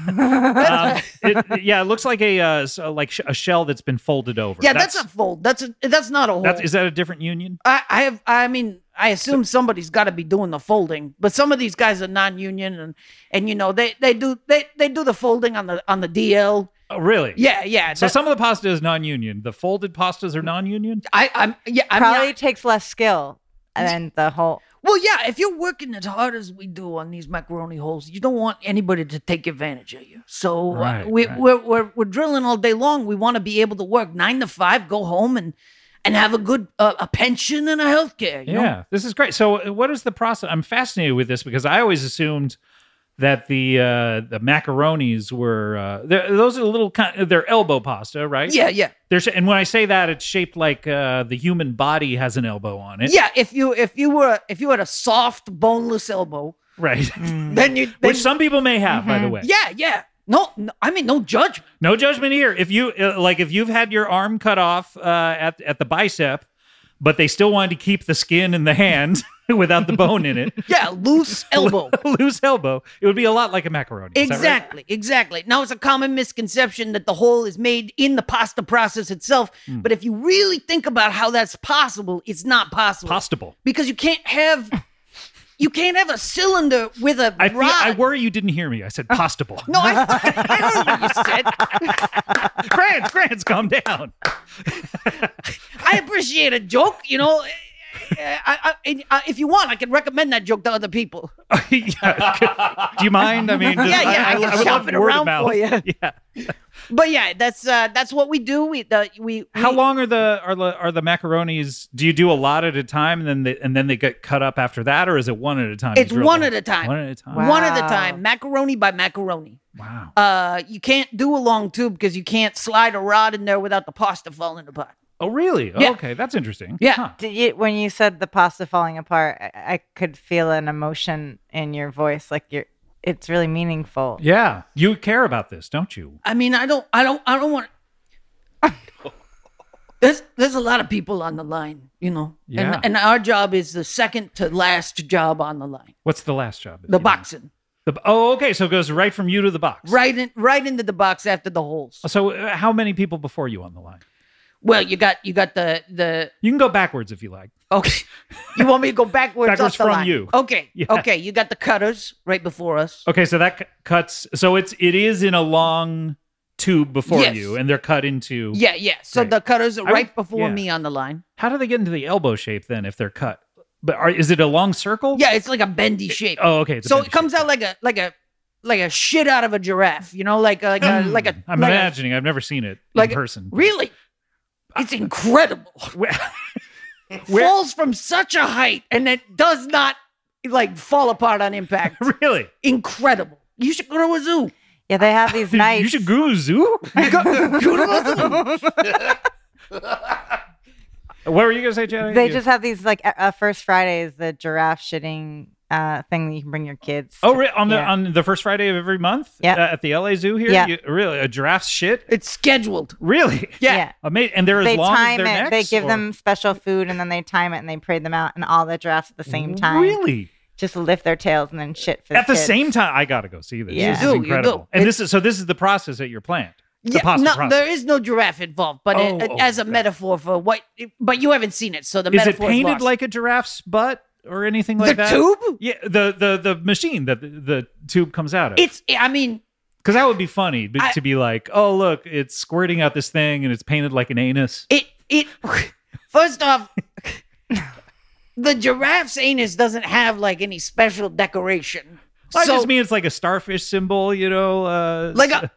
S2: Um, it, yeah, it looks like a uh, s- uh, like sh- a shell that's been folded over.
S5: yeah, that's, a fold. That's a that's not a hole.
S2: that's, is that a different union?
S5: I, I have I mean I assume somebody's got to be doing the folding, but some of these guys are non-union and and you know they they do they they do the folding on the on the DL.
S2: Oh, really?
S5: Yeah, yeah.
S2: So
S5: that-
S2: some of the pasta is non-union. The folded pastas are non-union.
S5: I I'm yeah I'm
S3: Probably
S5: not-
S3: takes less skill than the whole.
S5: well yeah if you're working as hard as we do on these macaroni holes, you don't want anybody to take advantage of you. So uh,
S2: Right,
S5: we
S2: right.
S5: We're, we're we're drilling all day long. We want to be able to work nine to five, go home and and have a good uh, a pension and a health care. You
S2: Yeah,
S5: know?
S2: this is great. So, uh, what is the process? I'm fascinated with this because I always assumed that the uh, the macaronis were uh, they're- those are the little kind. They're elbow pasta, right?
S5: yeah, yeah.
S2: There's and when I say that, it's shaped like uh, the human body has an elbow on it.
S5: Yeah, if you if you were if you had a soft boneless elbow,
S2: right.
S5: then you then,
S2: Mm. Which some people may have, by the way.
S5: Mm. Mm-hmm. yeah yeah no, no I mean no judgment.
S2: No judgment here. If you uh, like, if you've had your arm cut off uh, at at the bicep, but they still wanted to keep the skin in the hand without the bone in it,
S5: Yeah, loose elbow.
S2: loose elbow, it would be a lot like a macaroni. Is that right?
S5: exactly, exactly. Now it's a common misconception that the whole is made in the pasta process itself,
S2: Mm.
S5: but if you really think about how that's possible, it's not possible
S2: Postable.
S5: because you can't have you can't have a cylinder with a
S2: I feel,
S5: rod.
S2: I worry you didn't hear me. I said postable.
S5: Oh. no, I, I heard what you said.
S2: Grants, Grants, calm down.
S5: I appreciate a joke, you know. eh, I, I, I, if you want, I can recommend that joke to other people.
S2: Yeah. Do you mind? I mean, just,
S5: yeah, yeah, I, can
S2: would
S5: shop
S2: love
S5: it
S2: word of
S5: around
S2: mouth.
S5: for you.
S2: Yeah.
S5: But yeah, that's uh, that's what we do. We the we
S2: How
S5: we-
S2: long are the are the are the macaronis? Do you do a lot at a time, and then they, and then they get cut up after that, or is it one at a time? You
S5: It's
S2: drill
S5: one
S2: them-
S5: at a time.
S2: One at a time.
S3: Wow.
S5: One at a time, macaroni by macaroni.
S2: Wow.
S5: Uh, you can't do a long tube because you can't slide a rod in there without the pasta falling apart.
S2: Oh, really? Oh,
S5: Yeah.
S2: Okay, that's interesting.
S5: Yeah.
S2: Huh.
S3: Did you, when you said the pasta falling apart, I, I could feel an emotion in your voice. Like you're, it's really meaningful.
S2: Yeah. You care about this, don't you?
S5: I mean, I don't, I don't, I don't want. there's there's a lot of people on the line, you know.
S2: Yeah.
S5: And and our job is the second to last job on the line,
S2: What's the last job? if
S5: the
S2: you
S5: boxing,
S2: know? The- oh, okay. So it goes right from you to the box.
S5: right in, right into the box after the holes.
S2: So uh, how many people before you on the line?
S5: Well, you got you got the the
S2: You can go backwards if you like.
S5: okay. You want me to go backwards?
S2: Backwards
S5: off the
S2: from
S5: line?
S2: you.
S5: Okay.
S2: Yeah. Oh.
S5: Okay. You got the cutters right before us.
S2: Okay, so that c- cuts. So it's it is in a long tube before
S5: Yes.
S2: you, and they're cut into.
S5: Yeah, yeah. So
S2: Great.
S5: the cutters are
S2: I would-
S5: right before
S2: yeah.
S5: me on the line.
S2: How do they get into the elbow shape then if they're cut? But are, is it a long circle?
S5: Yeah, it's like a bendy shape.
S2: Oh, okay. it's a
S5: so
S2: bendy
S5: it comes
S2: shape.
S5: out like a like a like a shit out of a giraffe. You know, like a, like a like a
S2: Hmm. I'm
S5: like a-
S2: imagining. I've never seen it
S5: like
S2: in
S5: a-
S2: person.
S5: really, it's incredible. Falls from such a height and it does not like fall apart on impact.
S2: really?
S5: incredible. You should go to a zoo.
S3: Yeah, they have these nights.
S2: You should go to a zoo.
S5: Go, go to a zoo.
S2: what were you gonna say, Jenny?
S3: They
S2: You-
S3: just have these like uh, uh, first Fridays, the giraffe shitting uh, thing that you can bring your kids.
S2: Oh,
S3: to.
S2: re- on the
S3: Yeah.
S2: on the first Friday of every month
S3: Yeah.
S2: uh, at the LA Zoo here.
S3: Yeah.
S2: You- really, a giraffe's shit.
S5: It's scheduled.
S2: Really?
S5: Yeah.
S2: Amazing. And they're as
S3: They
S2: long
S3: time
S2: as their necks.
S3: it. They give
S2: or-
S3: them special food, and then they time it, and they parade them out, and all the giraffes at the same time.
S2: Really?
S3: Just lift their tails and then shit for
S2: At the
S3: kids.
S2: same time, I gotta go see this.
S3: Yeah.
S2: This
S5: You
S2: is
S5: do, you
S2: incredible.
S5: do.
S2: And this is so. This is the process at your plant. The
S5: Yeah,
S2: pasta
S5: no,
S2: process.
S5: there is no giraffe involved, but
S2: Oh,
S5: it,
S2: oh,
S5: as a
S2: okay.
S5: metaphor for what, but you haven't seen it, so the
S2: Is it
S5: metaphor
S2: painted
S5: lost.
S2: like a giraffe's butt or anything
S5: the
S2: like that?
S5: tube?
S2: Yeah, the the the machine that the, the tube comes out of.
S5: It's, I mean,
S2: Because that would be funny but
S5: I-
S2: to be like, oh look, it's squirting out this thing and it's painted like an anus.
S5: it, it. First off, the giraffe's anus doesn't have like any special decoration,
S2: I
S5: so
S2: just mean it's like a starfish symbol, you know. Uh,
S5: like a,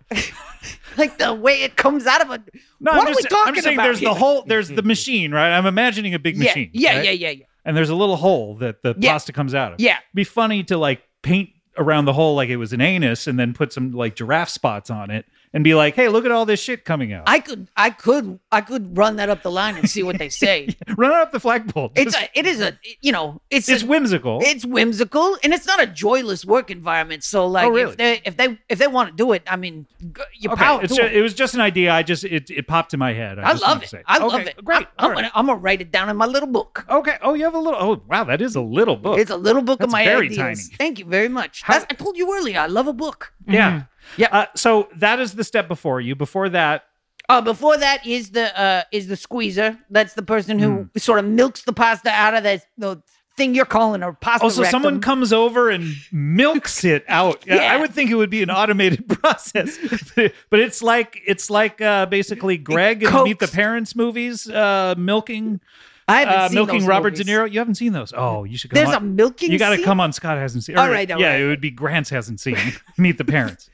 S5: like the way it comes out of a.
S2: no,
S5: what
S2: I'm
S5: are
S2: just,
S5: we talking
S2: I'm just saying
S5: about?
S2: there's
S5: here?
S2: the whole there's the machine, right? I'm imagining a big
S5: yeah,
S2: machine.
S5: yeah,
S2: right?
S5: yeah, yeah, yeah,
S2: And there's a little hole that the
S5: Yeah.
S2: pasta comes out of.
S5: yeah.
S2: be funny to like paint around the hole like it was an anus and then put some like giraffe spots on it and be like, hey, look at all this shit coming out.
S5: I could, I could, I could run that up the line and see what they say.
S2: Run it up the flagpole.
S5: It's
S2: Just-
S5: a, it is a, you know, it's
S2: it's
S5: a-
S2: whimsical.
S5: It's whimsical and it's not a joyless work environment. So like
S2: Oh, really?
S5: if they if they if they want to do it, I mean, g- you
S2: Okay,
S5: power
S2: it's
S5: to
S2: ju-
S5: it.
S2: it was just an idea. I just it, it popped in my head. I,
S5: I
S2: just
S5: love
S2: wanted
S5: it.
S2: to say.
S5: I
S2: Okay,
S5: love it.
S2: Great.
S5: I, am
S2: All right.
S5: gonna I'm gonna write it down in my little book.
S2: Okay. Oh, you have a little. Oh, wow. That is a little book.
S5: It's a little book
S2: Oh, That's
S5: of my
S2: very
S5: ideas.
S2: tiny.
S5: Thank you very much.
S2: How-
S5: That's, I told you earlier, I love a book.
S2: yeah.
S5: Yeah.
S2: Uh, so that is the step before you. Before that,
S5: Uh, before that is the uh, is the squeezer. That's the person who
S2: Hmm.
S5: sort of milks the pasta out of that the thing you're calling a pasta.
S2: also Oh, someone
S5: rectum.
S2: comes over and milks it out. Yeah, I
S5: Yeah.
S2: would think it would be an automated process, but it's like it's like uh, basically Greg and Meet the
S5: coaxed.
S2: Parents movies, uh, milking
S5: I haven't
S2: uh,
S5: seen
S2: milking
S5: those
S2: Robert
S5: movies.
S2: De Niro. You haven't seen those? Oh, you should. Come
S5: There's a
S2: on.
S5: milking.
S2: You got to
S5: scene?
S2: come on. Scott hasn't seen.
S5: All
S2: or-
S5: right, all
S2: yeah,
S5: right.
S2: it would be Grant's hasn't seen Meet the Parents.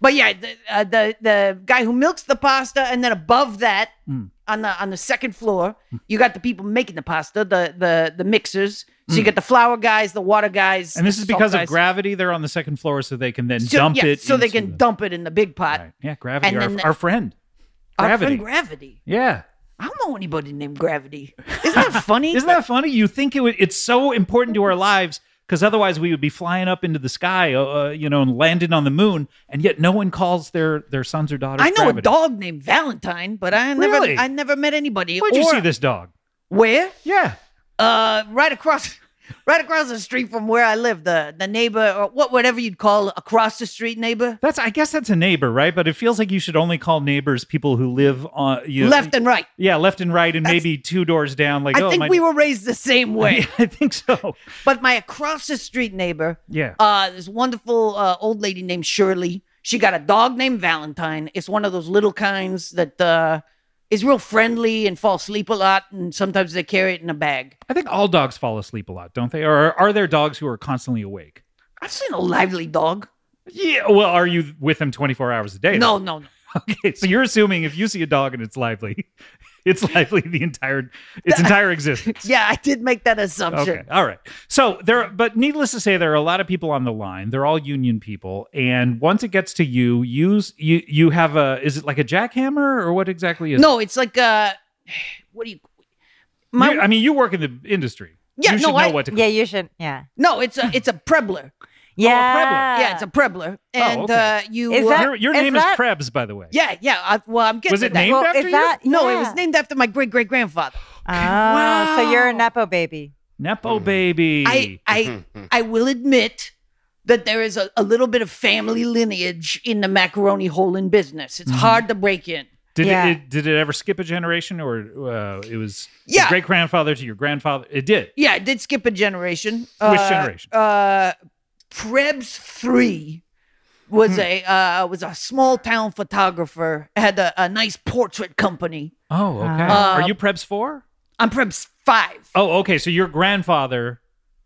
S5: But yeah, the uh, the the guy who milks the pasta, and then above that,
S2: Mm.
S5: on the on the second floor, you got the people making the pasta, the the the mixers. So you got the flour guys, the water guys,
S2: Mm. And this
S5: the
S2: is
S5: salt
S2: because of
S5: guys.
S2: gravity. They're on the second floor, so they can then
S5: So,
S2: dump
S5: yeah,
S2: it.
S5: so they
S2: into
S5: can
S2: the-
S5: dump it in the big pot.
S2: Right. Yeah, gravity.
S5: and
S2: Our,
S5: then the-
S2: our friend.
S5: Our
S2: Gravity.
S5: friend Gravity.
S2: Yeah.
S5: I don't know anybody named Gravity. Isn't that funny?
S2: Isn't that funny? You think it would, it's so important to our lives because otherwise we would be flying up into the sky, uh, you know, and landing on the moon, and yet no one calls their their sons or daughters.
S5: I know
S2: gravity.
S5: a dog named Valentine, but I never
S2: Really?
S5: I never met anybody.
S2: Where'd you
S5: or-
S2: see this dog?
S5: Where?
S2: Yeah,
S5: uh, right across, right across the street from where I live, the the neighbor or what whatever you'd call across the street neighbor,
S2: that's. I guess that's a neighbor, right? But it feels like you should only call neighbors people who live on you know,
S5: left and right.
S2: yeah, left and right, and
S5: That's-
S2: maybe two doors down. Like
S5: I
S2: oh,
S5: think
S2: my,
S5: we were raised the same way.
S2: Yeah, I think so.
S5: But my across the street neighbor,
S2: Yeah.
S5: uh, this wonderful uh, old lady named Shirley. She got a dog named Valentine. It's one of those little kinds that uh, is real friendly and fall asleep a lot, and sometimes they carry it in a bag.
S2: I think all dogs fall asleep a lot, don't they? Or are there dogs who are constantly awake?
S5: I've seen a lively dog.
S2: Yeah. Well, are you with them 24 hours a day?
S5: No, no, no.
S2: Okay, so you're assuming if you see a dog and it's lively, it's lively the entire its entire existence.
S5: Yeah, I did make that assumption.
S2: Okay, all right. So there, but needless to say, there are a lot of people on the line. They're all union people, and once it gets to you, use you you have a is it like a jackhammer or what exactly is?
S5: No, it's like uh, what do you?
S2: it?
S5: My
S2: You- I mean you work in the industry.
S5: Yeah,
S2: you
S5: no,
S2: should know
S5: I-
S2: what to.
S3: Yeah, you should. Yeah.
S5: no, it's a it's a prebler.
S2: Oh,
S3: Yeah.
S5: Yeah, it's a prebler, and
S2: okay.
S5: uh, you
S3: Is
S5: uh,
S3: that-
S2: Your, your
S3: Is
S2: name
S3: that-
S2: is Krebs, by the way.
S5: yeah yeah. I, well, I'm getting
S2: Was
S5: to
S2: it
S5: that.
S2: named
S3: Well,
S2: after
S3: is
S2: you?
S3: that
S5: No, it
S3: yeah.
S5: was named after my great great grandfather.
S3: Oh, so you're a nepo baby.
S2: Nepo baby.
S5: I I I will admit that there is a, a little bit of family lineage in the macaroni holding business.
S2: Mm-hmm.
S5: It's hard to break in.
S2: did
S3: Yeah.
S2: it, it did it ever skip a generation or uh, it was
S5: Yeah.
S2: great grandfather to your grandfather? It did.
S5: Yeah, I did skip a generation. Which
S2: generation?
S5: Uh, Prebz three was
S2: Hmm.
S5: a uh, was a small town photographer. Had a, a nice portrait company.
S2: Oh, okay.
S5: Uh,
S2: Are you Prebs four?
S5: I'm Prebz five.
S2: Oh, okay. So your grandfather,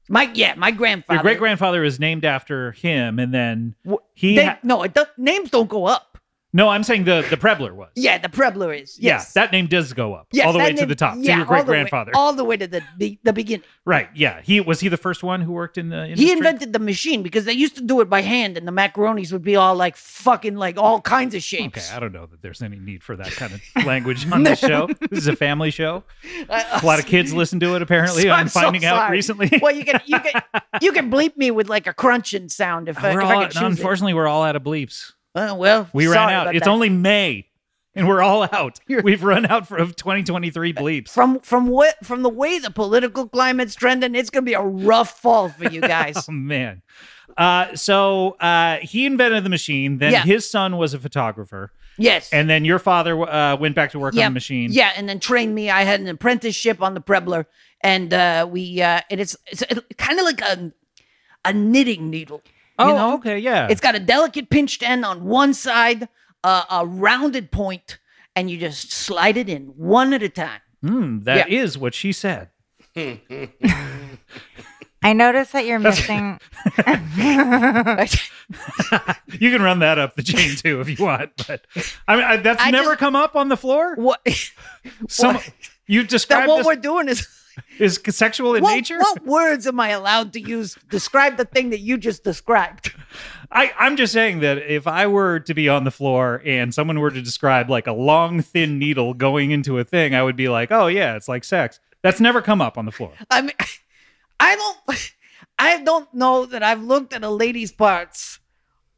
S5: My yeah, my grandfather.
S2: your great grandfather, is named after him, and then he.
S5: They-
S2: ha-
S5: no, it do- names don't go up.
S2: no, I'm saying the the Prebler was.
S5: Yeah, the Prebler is. Yes.
S2: Yeah, that name does go up
S5: Yes,
S2: all the
S5: that
S2: way to
S5: name-
S2: the top
S5: yeah,
S2: to your
S5: all the way-
S2: great grandfather.
S5: all the way to the be- the beginning.
S2: Right. Yeah. He was he the first one who worked in the industry?
S5: He invented the machine because they used to do it by hand, and the macaronis would be all like fucking like all kinds of
S2: Okay,
S5: shapes.
S2: I don't know that there's any need for that kind of language on the show. This is a family show.
S5: I-
S2: A lot of kids listen to it. Apparently,
S5: Uh, So-
S2: I'm
S5: so
S2: finding out
S5: sorry.
S2: recently.
S5: well, you can you can you can bleep me with like a crunching sound if, I if
S2: We're
S5: I
S2: all,
S5: can choose it.
S2: unfortunately, we're all out of bleeps.
S5: Uh, well,
S2: We ran
S5: sorry
S2: out.
S5: about
S2: It's
S5: that.
S2: only May, and we're all out. We've run out for, of 2023 bleeps.
S5: from from what from the way the political climate's trending, it's gonna be a rough fall for you guys.
S2: Oh man. Uh, so uh, he invented the machine. Then
S5: Yeah.
S2: his son was a photographer,
S5: yes,
S2: and then your father uh, went back to work
S5: yeah,
S2: on the machine.
S5: Yeah, and then trained me. I had an apprenticeship on the Prebler, and uh, we uh, and it's it's kind of like a a knitting needle.
S2: Oh,
S5: you know?
S2: okay. Yeah.
S5: It's got a delicate pinched end on one side, uh, a rounded point, and you just slide it in one at a time.
S2: Mm, that is what she said.
S3: I noticed that you're missing.
S2: You can run that up the chain too if you want, but I mean I, that's
S5: I
S2: never
S5: just-
S2: come up on the floor.
S5: What
S2: Some
S5: what-
S2: you've
S5: that
S2: described
S5: what
S2: this
S5: we're doing is
S2: is sexual in
S5: what,
S2: nature.
S5: what words am I allowed to use? to Describe the thing that you just described.
S2: I, I'm just saying that if I were to be on the floor and someone were to describe like a long, thin needle going into a thing, I would be like, oh, yeah, it's like sex. That's never come up on the floor.
S5: I mean, I don't, I don't know that I've looked at a lady's parts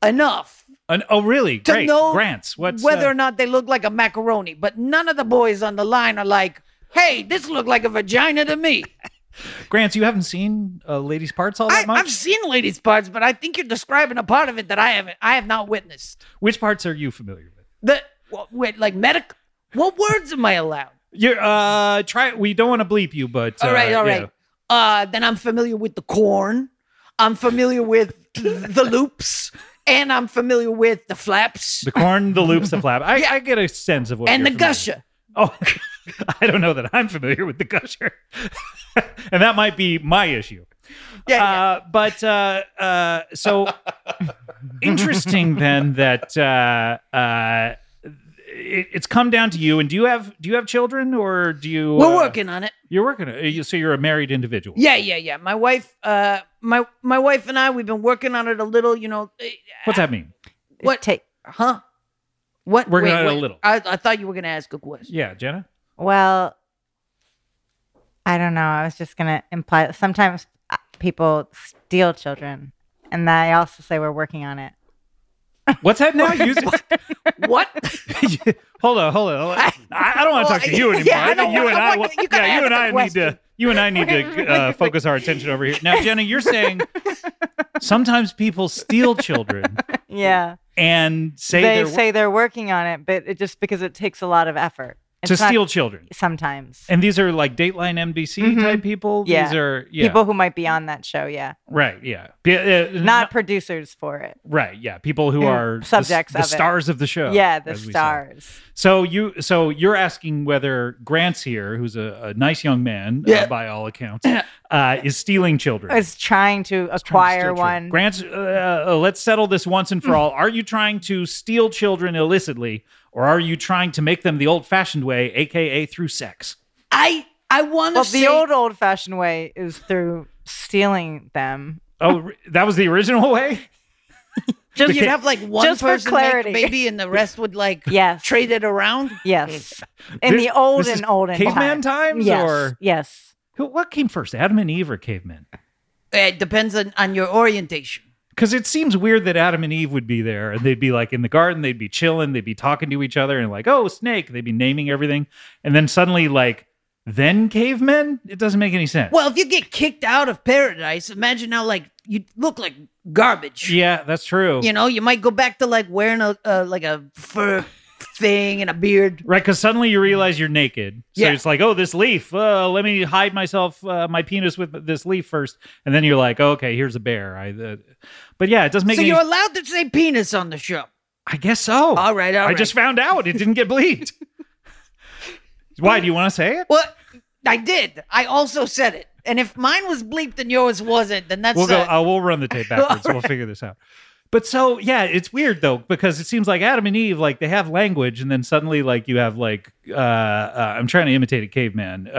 S5: enough
S2: An, oh, really?
S5: to
S2: Great.
S5: know
S2: Grants. What's
S5: whether
S2: uh,
S5: or not they look like a macaroni. But none of the boys on the line are like, "Hey, this looked like a vagina to me."
S2: Grants, you haven't seen a lady's parts all that
S5: I,
S2: much?
S5: I've seen ladies' parts, but I think you're describing a part of it that I haven't. I have not witnessed.
S2: Which parts are you familiar with?
S5: The wha- wait, like medic. What words am I allowed?
S2: You're, uh, try We don't want to bleep you, but.
S5: All right,
S2: uh,
S5: all
S2: yeah.
S5: right. Uh, then I'm familiar with the corn. I'm familiar with the loops, and I'm familiar with the flaps
S2: The corn, the loops, the flap. I, I get a sense of what.
S5: and the
S2: you're familiar with.
S5: gusher.
S2: Oh, I don't know that I'm familiar with the gusher, and that might be my issue.
S5: Yeah,
S2: Uh, but uh, uh, so interesting then that uh, uh, it, it's come down to you. And do you have do you have children or do you?
S5: We're
S2: uh,
S5: working on it.
S2: You're working. uh, you- So you're a married individual.
S5: Yeah, yeah, yeah. My wife, uh, my my wife and I, we've been working on it a little. You know, eh,
S2: What's that mean?
S5: What-
S3: Take,
S5: huh? What?
S2: Working on it a little.
S5: I, I thought you were gonna ask a question.
S2: Yeah, Jenna.
S3: well, I don't know. I was just gonna imply that sometimes uh, people steal children, and I also say we're working on it.
S2: What's that now? You,
S5: What?
S2: hold on, hold on. I, I don't want to
S5: Well,
S2: talk to you anymore.
S5: yeah, I
S2: I
S5: don't
S2: think you
S5: wanna-
S2: and
S5: I'm
S2: I,
S5: like, you gotta
S2: yeah, you
S5: ask
S2: and
S5: the
S2: I need
S5: question.
S2: to, you and I need to uh, focus our attention over here. Now, Jenna, you're saying sometimes people steal children
S3: Yeah,
S2: and say
S3: they
S2: they're
S3: say they're working on it, but it just because it takes a lot of effort,
S2: to
S3: It's not-
S2: steal children.
S3: sometimes
S2: And these are like Dateline NBC
S3: Mhm.
S2: type people.
S3: Yeah.
S2: These are yeah,
S3: people who might be on that show. Yeah,
S2: right? Yeah, Be- uh,
S3: not producers for it.
S2: right. Yeah, people who
S3: Mm,
S2: are the-
S3: subjects
S2: the,
S3: of it.
S2: stars of the show.
S3: yeah, the
S2: Oh, as we say.
S3: stars.
S2: So you, so you're asking whether Grant's here, who's a, a nice young man uh,
S5: Yeah.
S2: by all accounts, uh, is stealing children.
S3: Is trying to
S2: Trying to steal
S3: acquire
S2: children.
S3: one. Mm.
S2: Grant's, uh, uh, let's settle this once and for all. Are you trying to steal children illicitly, or are you trying to make them the old-fashioned way, aka through sex?
S5: I I want to
S3: well,
S5: say
S3: the old old fashioned way is through stealing them.
S2: Oh, re- that was the original way.
S3: Just
S5: you'd have like one
S3: just for
S5: person
S3: clarity.
S5: make a baby and the rest would like
S3: yes,
S5: trade it around.
S3: yes, in
S2: This-
S3: the old
S2: this is
S3: and olden
S2: caveman
S3: time.
S2: times,
S3: yes,
S2: or
S3: yes.
S2: who, what came first, Adam and Eve or cavemen?
S5: It depends on, on your orientation.
S2: Because it seems weird that Adam and Eve would be there, and they'd be like in the garden, they'd be chilling, they'd be talking to each other, and like, oh, snake, they'd be naming everything, and then suddenly like, then cavemen? It doesn't make any sense.
S5: Well, if you get kicked out of paradise, imagine how like you look like garbage.
S2: yeah, that's true.
S5: You know, you might go back to like wearing a uh, like a fur thing and a beard.
S2: Right, because suddenly you realize you're naked. So
S5: Yeah.
S2: it's like, oh, this leaf. Uh, let me hide myself, uh, my penis with this leaf first, and then you're like, okay, here's a bear. I, uh, but yeah, it doesn't make
S5: so
S2: any.
S5: you're allowed to say penis on the show.
S2: I guess so.
S5: All right, all
S2: I
S5: right.
S2: just found out it didn't get bleeped. Why do you want to say it?
S5: Well, I did. I also said it. And if mine was bleeped and yours wasn't, then that's
S2: We'll go.
S5: uh,
S2: Uh, we'll run the tape backwards. We'll figure this out. But so yeah, it's weird though because it seems like Adam and Eve like they have language, and then suddenly like you have like uh, uh I'm trying to imitate a caveman. Uh,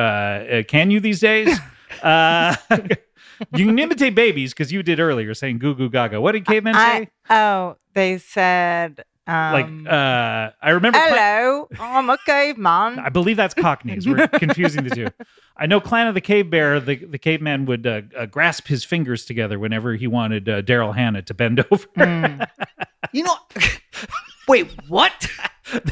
S2: uh can you these days? uh, you can imitate babies because you did earlier saying "goo goo gaga." What did cavemen
S3: I,
S2: say?
S3: oh, they said um,
S2: like uh, I remember. Pla-
S3: hello, I'm a caveman.
S2: I believe that's Cockneys. We're confusing the two. I know Clan of the Cave Bear, the, the caveman would uh, uh, grasp his fingers together whenever he wanted uh, Daryl Hannah to bend over.
S3: Mm.
S5: you know. Wait, what?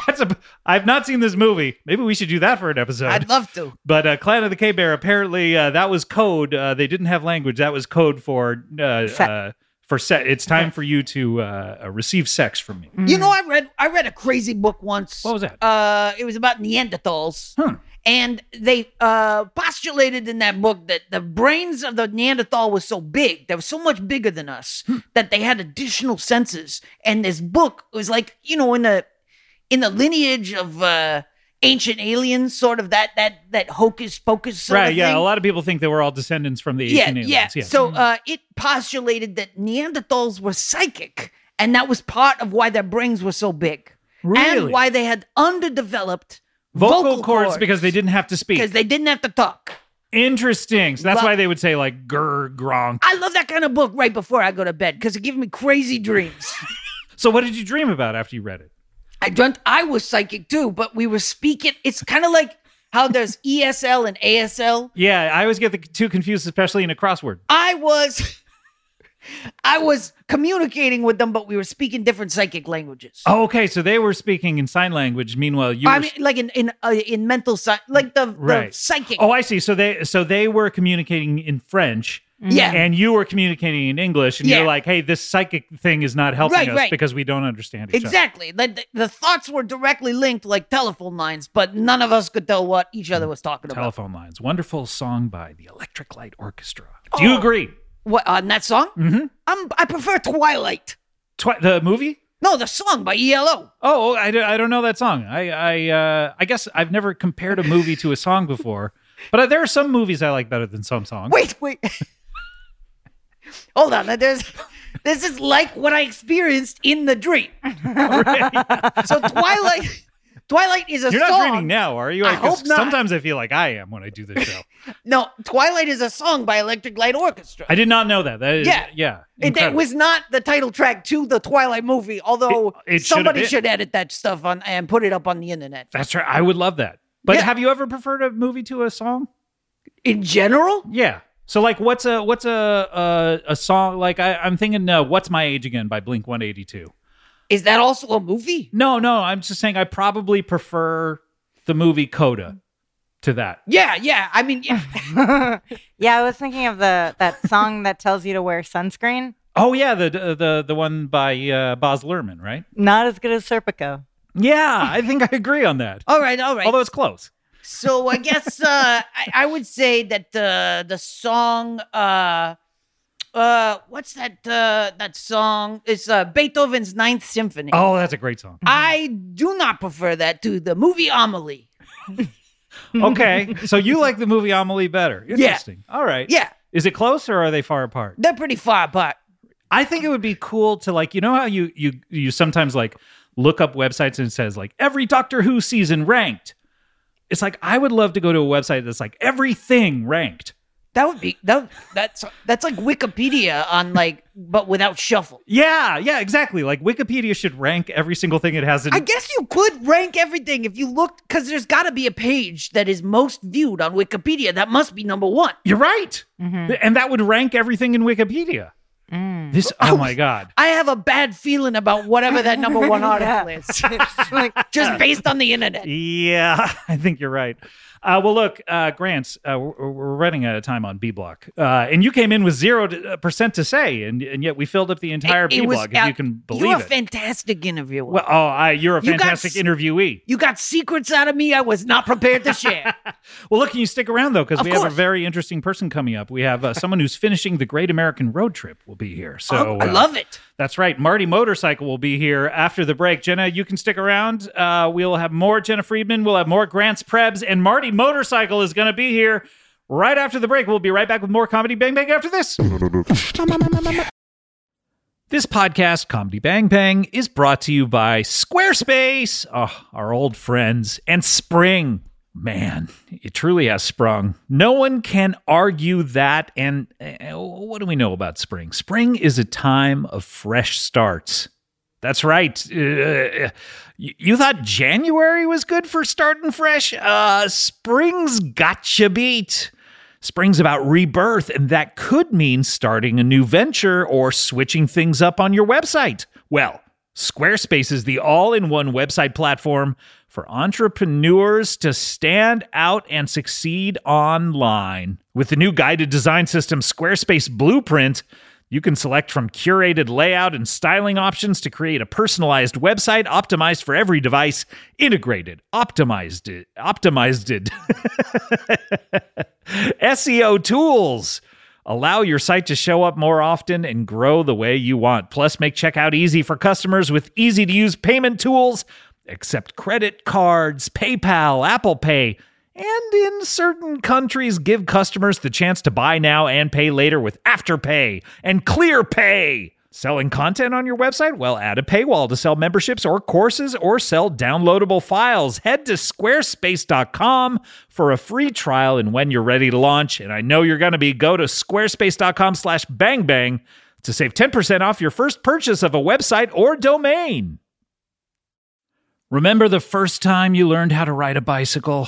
S2: that's a. I've not seen this movie. Maybe we should do that for an episode.
S5: I'd love to.
S2: but uh, Clan of the Cave Bear, apparently uh, that was code. Uh, they didn't have language. That was code for uh,
S3: Se-
S2: uh, for set. It's time for you to uh, uh, receive sex from me.
S5: You know, I read I read a crazy book once.
S2: Hmm. What was that?
S5: Uh, it was about Neanderthals.
S2: Hmm.
S5: And they uh, postulated in that book that the brains of the Neanderthal was so big, they were so much bigger than us,
S2: Hmm.
S5: that they had additional senses. And this book was like, you know, in the in the lineage of uh, ancient aliens, sort of that that that hocus pocus. Sort
S2: right?
S5: of
S2: Yeah.
S5: thing.
S2: A lot of people think that we're all descendants from the
S5: yeah,
S2: ancient aliens. Hmm.
S5: yeah. So uh, it postulated that Neanderthals were psychic, and that was part of why their brains were so big,
S2: Really?
S5: and why they had underdeveloped
S2: vocal, cords, because they didn't have to speak.
S5: because they didn't have to talk.
S2: Interesting. So that's
S5: Well-
S2: why they would say like grr gronk.
S5: I love that kind of book right before I go to bed because it gives me crazy dreams.
S2: So what did you dream about after you read it?
S5: I dreamt I was psychic too, but we were speaking. It's kind of like how there's ESL and ASL.
S2: Yeah, I always get the two confused, especially in a crossword.
S5: I was. I was communicating with them, but we were speaking different psychic languages.
S2: Oh, okay, so they were speaking in sign language. Meanwhile, you. Were
S5: I mean, like in in uh, in mental sci- like the,
S2: Right.
S5: the psychic.
S2: oh, I see. So they so they were communicating in French,
S5: yeah,
S2: and you were communicating in English, and
S5: Mm-hmm. Yeah.
S2: you're like, "Hey, this psychic thing is not helping
S5: Right,
S2: us
S5: right.
S2: because we don't understand each other."
S5: exactly. Like the, the thoughts were directly linked, like telephone lines, but none of us could tell what each other was talking about.
S2: Telephone lines. Wonderful song by the Electric Light Orchestra. Do
S5: Oh.
S2: you agree?
S5: What on that song?
S2: Mhm.
S5: I'm, I prefer Twilight.
S2: Twi- the movie.
S5: No, the song by E ELO.
S2: Oh, I, don't- I don't know that song. I I uh, I guess I've never compared a movie to a song before, but uh, there are some movies I like better than some songs.
S5: Wait, wait. Hold on. There's this is like what I experienced in the dream. so Twilight, Twilight is a
S2: You're
S5: song.
S2: not dreaming now, are you?
S5: I
S2: 'Cause
S5: hope not.
S2: Sometimes I feel like I am when I do this show.
S5: No, Twilight is a song by Electric Light Orchestra.
S2: I did not know that. That is,
S5: Yeah.
S2: yeah,
S5: It, that
S2: incredible.
S5: was not the title track to the Twilight movie, although
S2: It- it should
S5: somebody
S2: have been.
S5: should edit that stuff on and put it up on the internet.
S2: That's right. I would love that. But
S5: Yeah.
S2: have you ever preferred a movie to a song?
S5: In general,
S2: Yeah. So like, what's a what's a a, a song like? I, I'm thinking, uh, "What's My Age Again" by Blink 182.
S5: is that also a movie?
S2: No, no, I'm just saying I probably prefer the movie Coda to that.
S5: Yeah, yeah. I mean, yeah.
S3: yeah, I was thinking of the that song that tells you to wear sunscreen.
S2: Oh yeah, the the the one by uh, Boz Lerman, right?
S3: Not as good as Serpico.
S2: Yeah, I think I agree on that.
S5: All right, all right.
S2: Although it's close.
S5: So I guess uh, I, I would say that the the song, uh, uh, what's that uh, that song? It's uh, Beethoven's Ninth Symphony.
S2: Oh, that's a great song.
S5: I do not prefer that to the movie Amelie.
S2: Okay, so you like the movie Amelie better? Interesting. All right.
S5: Yeah,
S2: Is it close or are they far apart?
S5: they're pretty far apart.
S2: I think it would be cool to like you know how you you you sometimes like look up websites and it says like every Doctor Who season ranked. It's like I would love to go to a website that's like everything ranked.
S5: That would be that. That's that's like Wikipedia on like, but without shuffle.
S2: Yeah, yeah, exactly. Like Wikipedia should rank every single thing it has in
S5: I guess you could rank everything if you looked, because there's got to be a page that is most viewed on Wikipedia. That must be number one.
S2: You're right. And that would rank everything in Wikipedia. This oh my god.
S5: I have a bad feeling about whatever that number one article
S3: Yeah.
S5: is,
S3: It's like,
S5: just based on the internet.
S2: Yeah, I think you're right. Uh, well, look, uh, Grants, uh, we're, we're running out of time on B Block, uh, and you came in with zero to, uh, percent to say, and, and yet we filled up the entire
S5: It- it
S2: B
S5: was
S2: Block. If
S5: out-
S2: you can
S5: You're
S2: believe
S5: a
S2: it.
S5: fantastic interviewer.
S2: well, oh, I, you're a
S5: You got
S2: fantastic
S5: s-
S2: interviewee.
S5: you got secrets out of me I was not prepared to share.
S2: Well, look, can you stick around though? Because
S5: Of
S2: we have
S5: course.
S2: a very interesting person coming up. We have uh, someone who's finishing the Great American Road Trip. Will be here. So
S5: Oh, I
S2: uh,
S5: love it.
S2: That's right. Marty Motorcycle will be here after the break. Jenna, you can stick around. Uh, we'll have more Jenna Friedman. We'll have more Grants Prebs. And Marty Motorcycle is going to be here right after the break. We'll be right back with more Comedy Bang Bang after this. This podcast, Comedy Bang Bang, is brought to you by Squarespace, oh, our old friends, and Spring. Man, it truly has sprung. No one can argue that. And uh, what do we know about spring? Spring is a time of fresh starts. That's right. Uh, you you thought January was good for starting fresh? Uh, spring's gotcha beat. Spring's about rebirth, and that could mean starting a new venture or switching things up on your website. Well, Squarespace is the all in one website platform for entrepreneurs to stand out and succeed online. With the new guided design system, Squarespace Blueprint, you can select from curated layout and styling options to create a personalized website optimized for every device, integrated, optimized, it, optimized. It. SEO E tools allow your site to show up more often and grow the way you want. Plus, make checkout easy for customers with easy to use payment tools. Accept credit cards, PayPal, Apple Pay, and in certain countries, give customers the chance to buy now and pay later with Afterpay and ClearPay. Selling content on your website? Well, add a paywall to sell memberships or courses or sell downloadable files. Head to squarespace.com for a free trial and when you're ready to launch, and I know you're going to be, go to squarespace.com slash bangbang to save 10% off your first purchase of a website or domain. Remember the first time you learned how to ride a bicycle?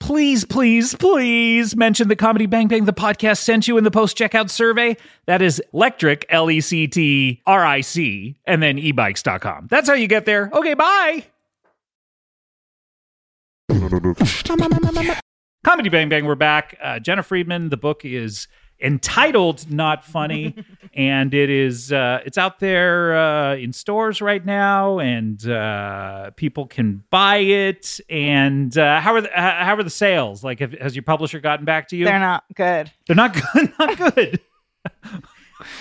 S4: Please, please, please mention the Comedy Bang Bang the podcast sent you in the post checkout survey. That is electric, L E C T R I C, and then
S2: e
S4: ebikes.com. That's how you get there. Okay, bye.
S2: Comedy Bang Bang, we're back. Uh, Jenna Friedman, the book is entitled "Not Funny," and it is uh, it's out there uh, in stores right now, and uh, people can buy it. And uh, how are the, uh, how are the sales? Like, have, has your publisher gotten back to you?
S3: They're not good.
S2: They're not good. Not good.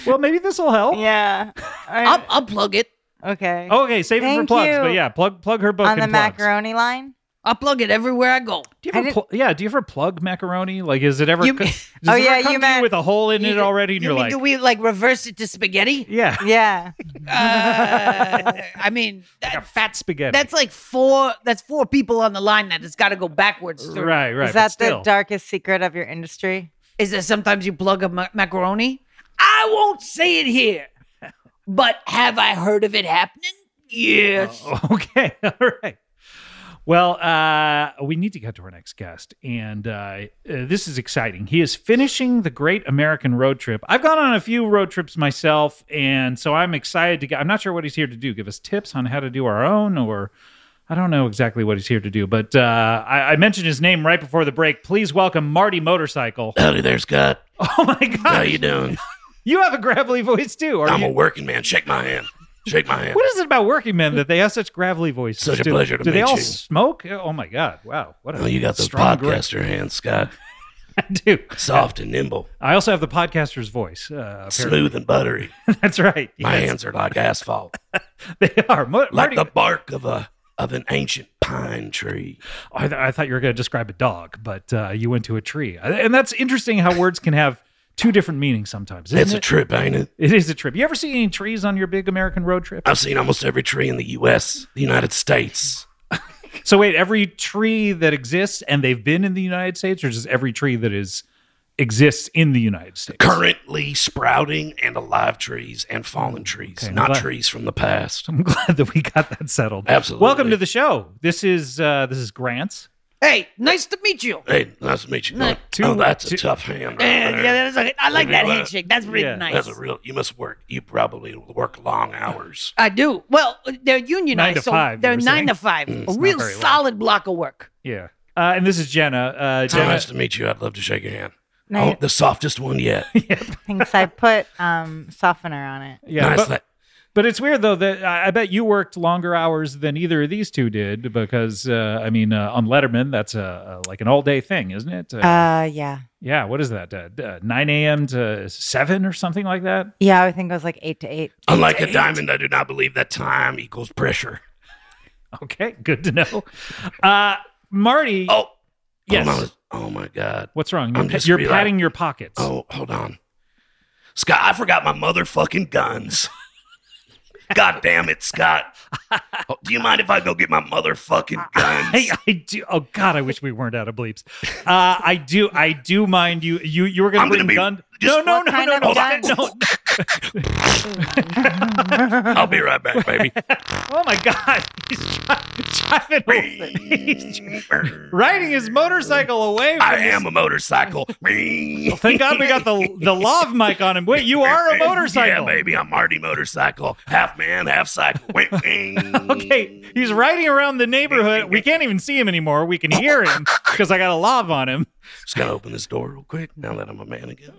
S2: well, maybe this will help.
S3: Yeah.
S5: I'll,
S3: I-
S5: I'll plug it.
S3: okay.
S2: Okay, save it for
S3: Thank
S2: plugs.
S3: you.
S2: But yeah, plug plug her book
S3: On
S2: in
S3: the
S2: Oh, plugs.
S3: macaroni line.
S5: I'll plug it everywhere I go.
S2: Do you
S3: I
S2: ever
S3: didn't-
S2: pl- yeah? Do you ever plug macaroni? Like, is it ever?
S5: You-
S2: co- does
S3: Oh,
S2: it ever
S3: yeah,
S2: come
S3: you
S2: to
S3: meant-
S2: with a hole in it already, and
S5: you
S2: you're
S5: mean,
S2: like,
S5: do we like reverse it to spaghetti?
S2: yeah,
S3: Yeah.
S5: Uh, I mean,
S2: like a
S5: that,
S2: fat spaghetti.
S5: that's like four. That's four people on the line that has got to go backwards. Through.
S2: right, right.
S3: Is
S2: but
S3: that
S2: still.
S3: the darkest secret of your industry?
S5: Is that sometimes you plug a ma- macaroni? I won't say it here, but have I heard of it happening? Yes.
S2: Okay, all right. Well, uh, we need to get to our next guest, and uh, uh, this is exciting. He is finishing the Great American Road Trip. I've gone on a few road trips myself, and so I'm excited to get. I'm not sure what he's here to do. Give us tips on how to do our own, or I don't know exactly what he's here to do. But uh, I, I mentioned his name right before the break. Please welcome Marty Motorcycle.
S6: Howdy there, Scott.
S2: Oh my
S6: How
S2: God,
S6: you doing?
S2: you have a gravelly voice too. Are
S6: I'm
S2: you?
S6: a working man. Shake my hand. Shake my hand.
S2: What is it about working men that they have such gravelly voices?
S6: Such a
S2: do,
S6: pleasure to
S2: Do they
S6: meet
S2: all
S6: you.
S2: smoke? Oh my god! Wow, what a
S6: Oh, you got those
S2: strong grip.
S6: podcaster hands, Scott.
S2: I do.
S6: Soft and nimble,
S2: I also have the podcaster's voice. Uh, apparently.
S6: smooth and buttery.
S2: That's right.
S6: My
S2: Yes,
S6: hands are like asphalt,
S2: they are. Mo-
S6: like
S2: Marty,
S6: the bark of a of an ancient pine tree.
S2: I, th- I thought you were going to describe a dog, but uh, you went to a tree, and that's interesting how words can have two different meanings sometimes. Isn't
S6: It's a
S2: it?
S6: trip, ain't it?
S2: it is a trip. You ever see any trees on your big American road trip?
S6: I've seen almost every tree in the U.S., the United States.
S2: So wait, every tree that exists and they've been in the United States, or just every tree that is exists in the United States?
S6: Currently sprouting and alive trees and fallen trees,
S2: Okay, I'm
S6: not
S2: glad.
S6: trees from the past.
S2: I'm glad that we got that settled.
S6: Absolutely.
S2: Welcome to the show. This is uh, this is Grants.
S5: Hey, nice to meet you.
S6: Hey, nice to meet you.
S5: No,
S6: Glenn. oh,
S2: two-
S6: that's
S2: two-
S6: a tough hand.
S5: Eh,
S6: Right there.
S5: yeah, that's okay. I like
S6: Maybe
S5: that
S6: what?
S5: handshake. That's really
S2: Yeah.
S5: nice.
S6: That's a real. You must work. You probably work long hours.
S5: I do. Well, they're unionized,
S2: to
S5: so
S2: five, you
S5: they're
S2: were
S5: nine
S2: saying?
S5: to five.
S6: Mm, it's
S5: a
S2: not
S5: real
S2: very long.
S5: solid block of work.
S2: Yeah. Uh, and this is Jenna. Uh,
S6: So
S2: Jenna.
S6: nice to meet you. I'd love to shake your hand.
S3: No,
S6: Oh, the softest one yet.
S3: thanks. I put um, softener on it.
S2: Yeah,
S6: nice.
S2: but,
S6: that-
S2: but it's weird though that I I bet you worked longer hours than either of these two did because uh, I mean uh, on Letterman that's a, a like an all day thing, isn't it? Uh,
S3: Uh, yeah.
S2: yeah, what is that? Uh, uh, Nine a.m. to seven or something like that.
S3: Yeah, I think it was like eight to eight.
S6: Unlike a diamond, I do not believe that time equals pressure.
S2: Okay, good to know. Uh, Marty,
S6: Oh,
S2: Yes.
S6: hold on. Oh my God.
S2: what's wrong?
S6: I'm
S2: You're, pa-
S6: just
S2: you're
S6: reali-
S2: patting your pockets.
S6: Oh, hold on. Scott, I forgot my motherfucking guns. God damn it, Scott. Oh, do you mind if I go get my motherfucking guns?
S2: Hey, I do. Oh God, I wish we weren't out of bleeps. Uh, I do. I do mind you. You you were gonna
S6: I'm gonna
S2: bring
S6: be-
S2: gun.
S6: just-
S2: No, no,
S3: What
S2: no,
S3: kind
S2: no,
S3: of
S2: no,
S3: gun?
S2: no.
S6: I'll be right back, baby.
S2: Oh my God, he's dri- driving. away. He's riding his motorcycle away. From
S6: I
S2: his-
S6: am a motorcycle.
S2: Thank God we got the the lav mic on him. Wait, you are a motorcycle.
S6: Yeah, baby, I'm Marty Motorcycle. Half man, half cycle.
S2: Okay,
S6: okay,
S2: he's riding around the neighborhood. We can't even see him anymore. We can hear him because I got a lav on him.
S6: Just gotta open this door real quick now that I'm a man again.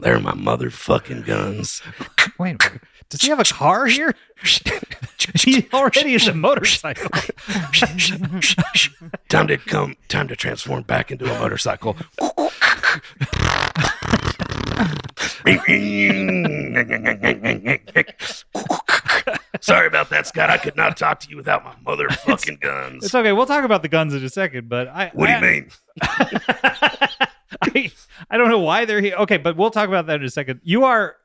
S6: They're my motherfucking guns.
S2: Wait, does he have a car here? He already is a motorcycle.
S6: time to come. Time to transform back into a motorcycle. Sorry about that, Scott. I could not talk to you without my motherfucking guns.
S2: It's okay. We'll talk about the guns in a second, but I.
S6: What do
S2: I-
S6: you mean?
S2: I, I don't know why they're here. Okay, but we'll talk about that in a second. You are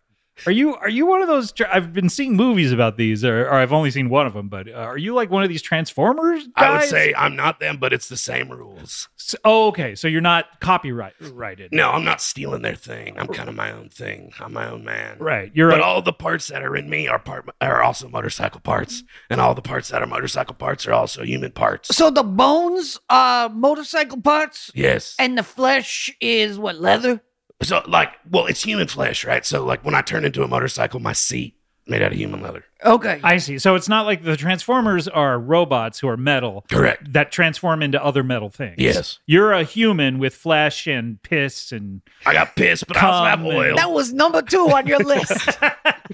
S2: Are you are you one of those? Tra- I've been seeing movies about these, or, or I've only seen one of them. But uh, are you like one of these Transformers? Guys?
S6: I would say I'm not them, but it's the same rules.
S2: S- Oh, okay. So you're not copyright righted.
S6: No, I'm not stealing their thing. I'm kind of my own thing. I'm my own man.
S2: Right. You're
S6: But
S2: a-
S6: all the parts that are in me are part are also motorcycle parts, and all the parts that are motorcycle parts are also human parts.
S5: So the bones are motorcycle parts,
S6: Yes.
S5: and the flesh is what leather.
S6: So like, well, it's human flesh, right? So like, when I turn into a motorcycle, my seat made out of human leather.
S5: Okay.
S2: I see. So it's not like the Transformers are robots who are metal
S6: Correct.
S2: that transform into other metal things.
S6: Yes.
S2: You're a human with flesh and piss and
S6: I got pissed, but I also have
S2: Come
S6: oil.
S5: that was number two on your list.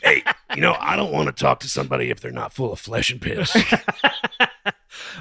S6: hey, you know, I don't want to talk to somebody if they're not full of flesh and piss.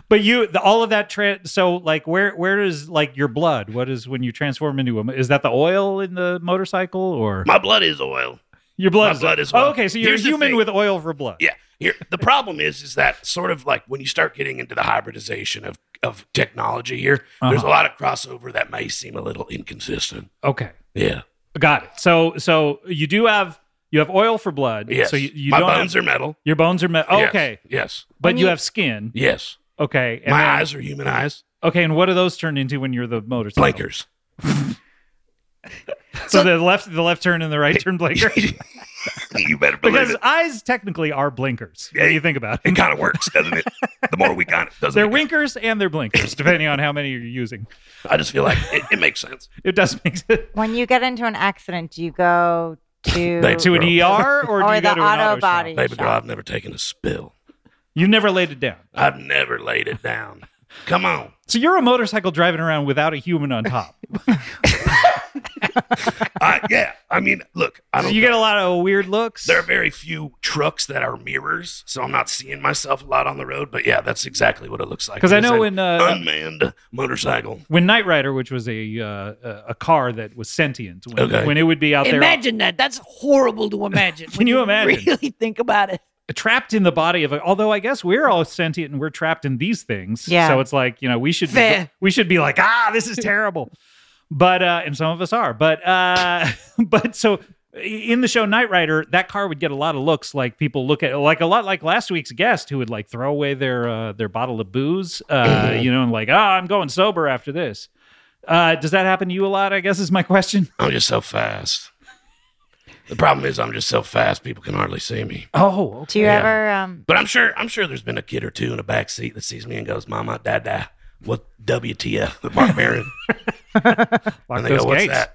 S2: but you the, all of that tra- so like where where is like your blood? What is when you transform into a is that the oil in the motorcycle or
S6: my blood is oil.
S2: your blood?
S6: my
S2: is-
S6: blood is oil.
S2: Oh, okay, so you're
S6: Here's
S2: a
S6: the
S2: human
S6: thing.
S2: with oil for blood.
S6: Yeah. Here, the problem is, is that sort of like when you start getting into the hybridization of of technology here, there's
S2: Uh-huh.
S6: a lot of crossover that may seem a little inconsistent.
S2: Okay.
S6: Yeah.
S2: Got it. So so you do have you have oil for blood.
S6: Yes.
S2: So you, you
S6: my
S2: don't
S6: bones
S2: have,
S6: are metal.
S2: your bones are metal.
S6: Yes.
S2: Okay.
S6: Yes.
S2: But
S5: When
S2: you,
S5: you-
S2: have skin.
S6: Yes.
S2: Okay. and
S6: my
S2: then-
S6: eyes are human eyes.
S2: Okay, and what do those turn into when you're the motorcycle?
S6: Blinkers.
S2: So the left, the left turn and the right turn blinker.
S6: you better believe
S2: because
S6: it.
S2: eyes technically are blinkers. When
S6: Yeah.
S2: you think about it,
S6: It kind of works, doesn't it? The more we got it, doesn't
S2: they're
S6: it?
S2: winkers and they're blinkers, depending on how many you're using.
S6: I just feel like it, it makes sense.
S2: It does make sense.
S3: When you get into an accident, do you go to
S6: They too-
S2: To an ER or, do
S3: Or
S2: you go
S3: the
S2: to an
S3: auto
S2: auto
S3: body.
S2: Shop?
S6: Baby girl, I've never taken a spill.
S2: You never laid it down.
S6: I've never laid it down. Come on.
S2: So you're a motorcycle driving around without a human on top.
S6: I, yeah. I mean, look, I
S2: so
S6: don't
S2: you get a lot of weird looks.
S6: There are very few trucks that are mirrors, so I'm not seeing myself a lot on the road. But yeah, that's exactly what it looks like.
S2: Because I
S6: It's
S2: know
S6: an
S2: when uh,
S6: unmanned motorcycle.
S2: when Knight Rider, which was a uh, a- a car that was sentient, when,
S6: Okay.
S2: when it would be out there
S5: imagine that. That's horrible to imagine.
S2: Can you imagine?
S5: Really think about it.
S2: trapped in the body of a although I guess we're all sentient and we're trapped in these things.
S3: Yeah.
S2: So it's like, you know, we should be,
S5: Fair.
S2: we should be like, ah, this is terrible. But uh and some of us are. But uh but so in the show Knight Rider, that car would get a lot of looks like people look at like a lot like last week's guest who would like throw away their uh their bottle of booze. Uh you know, and like, oh, I'm going sober after this. Uh does that happen to you a lot? I guess is my question.
S6: I'm just so fast. The problem is I'm just so fast people can hardly see me.
S2: Oh, okay.
S3: Do you
S6: Yeah.
S3: ever um
S6: But I'm sure I'm sure there's been a kid or two in the back seat that sees me and goes, "Mama, Dada, what WTF, the barbarian?"
S2: Lock
S6: and they go,
S2: those
S6: "What's
S2: gates."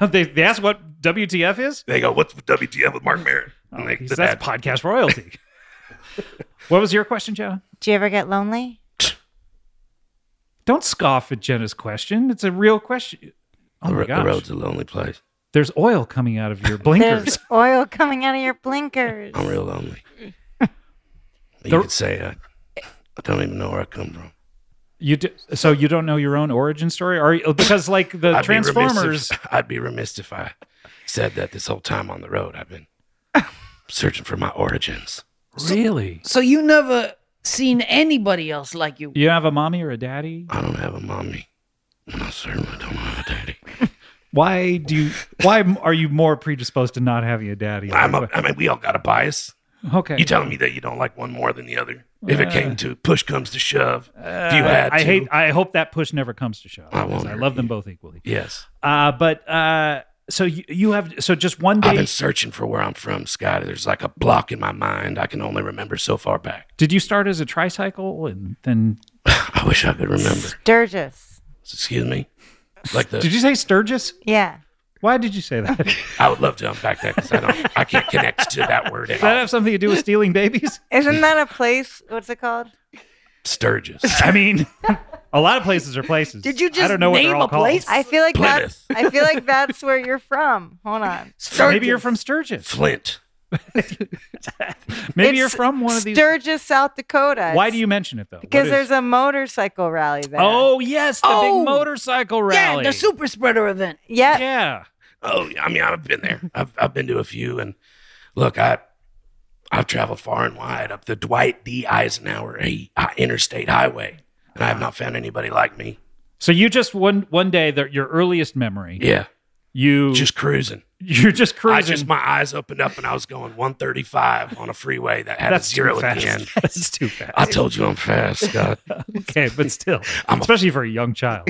S6: that?"
S2: they, they ask what WTF is?
S6: They go, "What's WTF with Mark Maron?"
S2: Oh,
S6: And they,
S2: geez,
S6: the
S2: that's
S6: dad-
S2: podcast royalty. what was your question, Jenna?
S3: do you ever get lonely?
S2: Don't scoff at Jenna's question. It's a real question. Oh
S6: the,
S2: my
S6: ro- the
S2: gosh.
S6: road's a lonely place.
S2: There's oil coming out of your
S3: There's
S2: blinkers.
S3: oil coming out of your blinkers.
S6: I'm real lonely. you
S2: The-
S6: could say I, I don't even know where I come from.
S2: you do, so you don't know your own origin story, or because like the
S6: I'd be remiss if-
S2: Transformers,
S6: I'd be remiss if I said that this whole time on the road. I've been searching for my origins.
S2: really?
S5: So you never seen anybody else like you.
S2: You have a mommy or a daddy?
S6: I don't have a mommy. And I certainly don't have a daddy.
S2: Why do you? Why m- are you more predisposed to not having a daddy?
S6: I'm a, I mean, we all got a bias.
S2: okay.
S6: You telling me that you don't like one more than the other? If it came to push comes to shove, if you
S2: Uh,
S6: had
S2: I
S6: to.
S2: hate. I hope that push never comes to shove.
S6: I
S2: because
S6: won't
S2: I
S6: hurt
S2: love them
S6: you.
S2: both equally.
S6: Yes.
S2: Uh, but uh, so you, you have. So just one day.
S6: I've been searching for where I'm from, Scott. There's like a block in my mind. I can only remember so far back.
S2: Did you start as a tricycle and then
S6: I wish I could remember.
S3: Sturgis.
S6: Excuse me. Like the
S2: did you say Sturgis?
S3: Yeah.
S2: Why did you say that? Does
S6: I would love to unpack that because I don't. I can't connect to that word at
S2: that
S6: all.
S2: have something to do with stealing babies?
S3: Isn't that a place? What's it called?
S6: Sturgis.
S2: I mean, a lot of places are places.
S5: Did you
S2: I
S5: just
S2: don't know what they're
S5: name
S2: all
S5: a place?
S2: Called.
S3: I feel like
S6: Plymouth.
S3: that's I feel like that's where you're from. Hold on.
S2: Maybe you're from Sturgis.
S6: Flint.
S2: Maybe
S3: It's
S2: you're from one of these.
S3: Sturgis, South Dakota.
S2: Why do you mention it though?
S3: Because there's a motorcycle rally there.
S2: oh yes, the
S5: Oh!
S2: big motorcycle
S5: yeah,
S2: rally.
S5: the super spreader event.
S3: yeah.
S2: Yeah.
S6: Oh, I mean, I've been there. I've I've been to a few, and look, I I've traveled far and wide up the Dwight D. Eisenhower eh, uh, Interstate Highway, and I have not found anybody like me.
S2: So you just one one day the, your earliest memory
S6: Yeah,
S2: you
S6: Just cruising.
S2: you're just
S6: I
S2: cruising.
S6: just my eyes opened up and I was going 135 on a freeway that had
S2: That's
S6: a zero
S2: too fast.
S6: at the end.
S2: That's too fast.
S6: I told you I'm fast, Scott.
S2: okay, but still,
S6: I'm a-
S2: especially for a young child.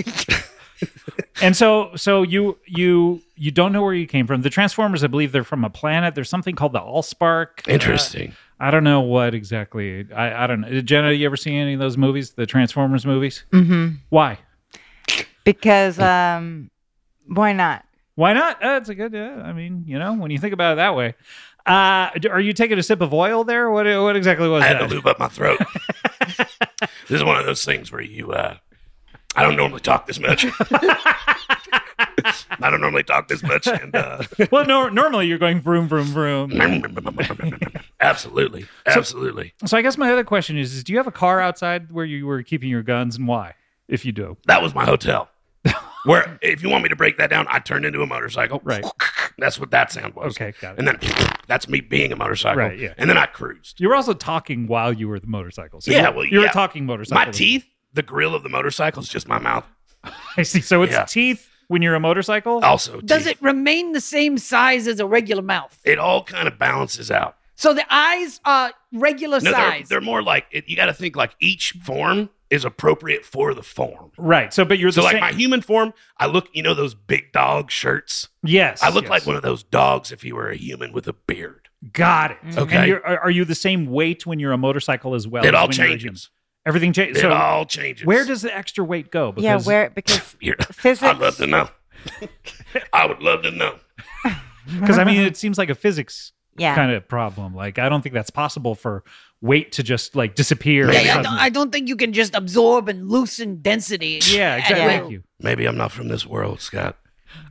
S2: and so, so you you you don't know where you came from. The Transformers, I believe, they're from a planet. There's something called the Allspark.
S6: Interesting.
S2: Uh, I don't know what exactly. I, I don't know. Jenna, you ever seen any of those movies, the Transformers movies?
S3: Mm-hmm.
S2: Why?
S3: Because um, why not?
S2: Why not? Uh, it's a good. Uh, I mean, you know, when you think about it that way, uh, d- are you taking a sip of oil there? What what exactly was
S6: I had
S2: that?
S6: to lube up my throat. this is one of those things where you, uh, I don't normally talk this much. I don't normally talk this much. And, uh,
S2: well, no, normally you're going vroom vroom vroom.
S6: absolutely. Absolutely.
S2: So I guess my other question is, is do you have a car outside where you were keeping your guns and why? If you do.
S6: that was my hotel. Where, if you want me to break that down, I turned into a motorcycle.
S2: Oh, Right.
S6: That's what that sound was.
S2: Okay, got it.
S6: And then that's me being a motorcycle.
S2: Right, yeah.
S6: And then I cruised.
S2: You were also talking while you were the motorcycle. So
S6: Yeah,
S2: you,
S6: well,
S2: you were
S6: yeah.
S2: talking
S6: My
S2: motorcycle.
S6: teeth, the grill of the motorcycle is just my mouth.
S2: I see. So it's
S6: Yeah. Oh.
S2: teeth when you're a motorcycle.
S6: Also,
S5: Does
S6: teeth.
S5: it remain the same size as a regular mouth?
S6: It all kind of balances out.
S5: So the eyes are regular
S6: No, they're,
S5: size.
S6: they're more like it, you got to think like each form is appropriate for the form.
S2: Right. So, but you're
S6: So,
S2: the
S6: like
S2: same.
S6: my human form, I look, you know, those big dog shirts.
S2: yes.
S6: I look
S2: yes.
S6: like one of those dogs if you were a human with a beard.
S2: Got it.
S6: Mm-hmm. Okay.
S2: And you're, are, are you the same weight when you're a motorcycle as well?
S6: it
S2: as
S6: all
S2: when you're a human?
S6: changes.
S2: Everything changes.
S6: It
S2: So
S6: all changes.
S2: where does the extra weight go?
S3: yeah, where because
S6: Here, I'd
S3: physics.
S6: love to know. I would love to know.
S2: Because I mean, it seems like a physics
S3: Yeah,
S2: kind of problem. Like I don't think that's possible for weight to just like disappear.
S5: Yeah, I, don't,
S2: suddenly.
S5: I don't think you can just absorb and loosen density.
S2: yeah,
S5: at
S2: exactly.
S5: will.
S2: Thank you.
S6: Maybe I'm not from this world, Scott.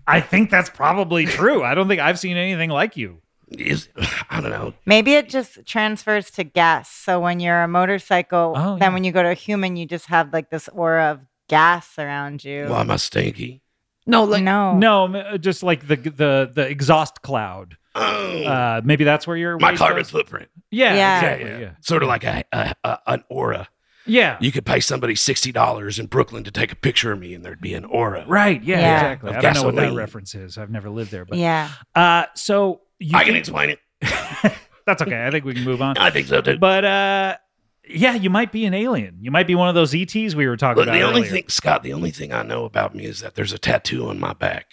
S2: I think that's probably true. I don't think I've seen anything like you.
S6: Is- I don't know.
S3: maybe it just transfers to gas. So when you're a motorcycle,
S2: Oh,
S3: then
S2: yeah.
S3: when you go to a human, you just have like this aura of gas around you.
S6: Why am I stinky?
S5: No, like
S3: no,
S2: No, m- uh, just like the the the exhaust cloud.
S6: Oh,
S2: Uh, maybe that's where your
S6: my
S2: weight
S6: carbon
S2: goes.
S6: footprint.
S2: Yeah,
S3: Yeah.
S6: Yeah,
S2: exactly.
S6: yeah.
S2: Yeah,
S6: Sort of like a, a, a an aura.
S2: yeah.
S6: You could pay somebody sixty dollars in Brooklyn to take a picture of me, and there'd be an aura.
S2: right. Yeah,
S3: Yeah.
S2: exactly.
S6: Of
S2: I don't know what that
S6: gasoline.
S2: reference is. I've never lived there, but
S3: yeah,
S2: uh, so you
S6: I can
S2: think-
S6: explain it.
S2: that's okay. I think we can move on.
S6: I think so too.
S2: But uh, yeah, you might be an alien. You might be one of those ETs we were talking
S6: Look,
S2: about.
S6: the only
S2: earlier.
S6: thing, Scott, the only thing I know about me is that there's a tattoo on my back.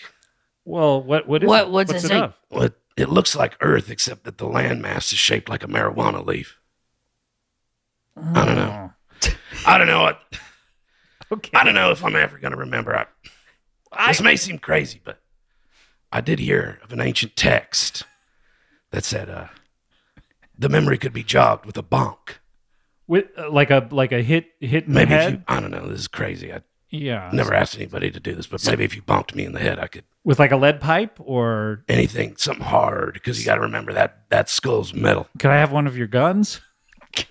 S2: Well, what what is
S5: What-
S2: it?
S5: what's
S2: What's
S5: it
S2: it
S5: say?
S2: of?
S6: Well, it, it looks like Earth, except that the landmass is shaped like a marijuana leaf. I don't know. I don't know. I,
S2: Oh. Okay.
S6: I don't know if I'm ever going to remember. I, this may seem crazy, but I did hear of an ancient text that said uh, the memory could be jogged with a bonk.
S2: With uh, like a like a hit hit in
S6: Maybe
S2: the
S6: if you,
S2: head.
S6: I don't know. This is crazy. I
S2: yeah.
S6: never asked anybody to do this, but maybe if you bonked me in the head, I could
S2: With like a lead pipe or
S6: anything, something hard, because you got to remember that that skull's metal.
S2: could I have one of your guns?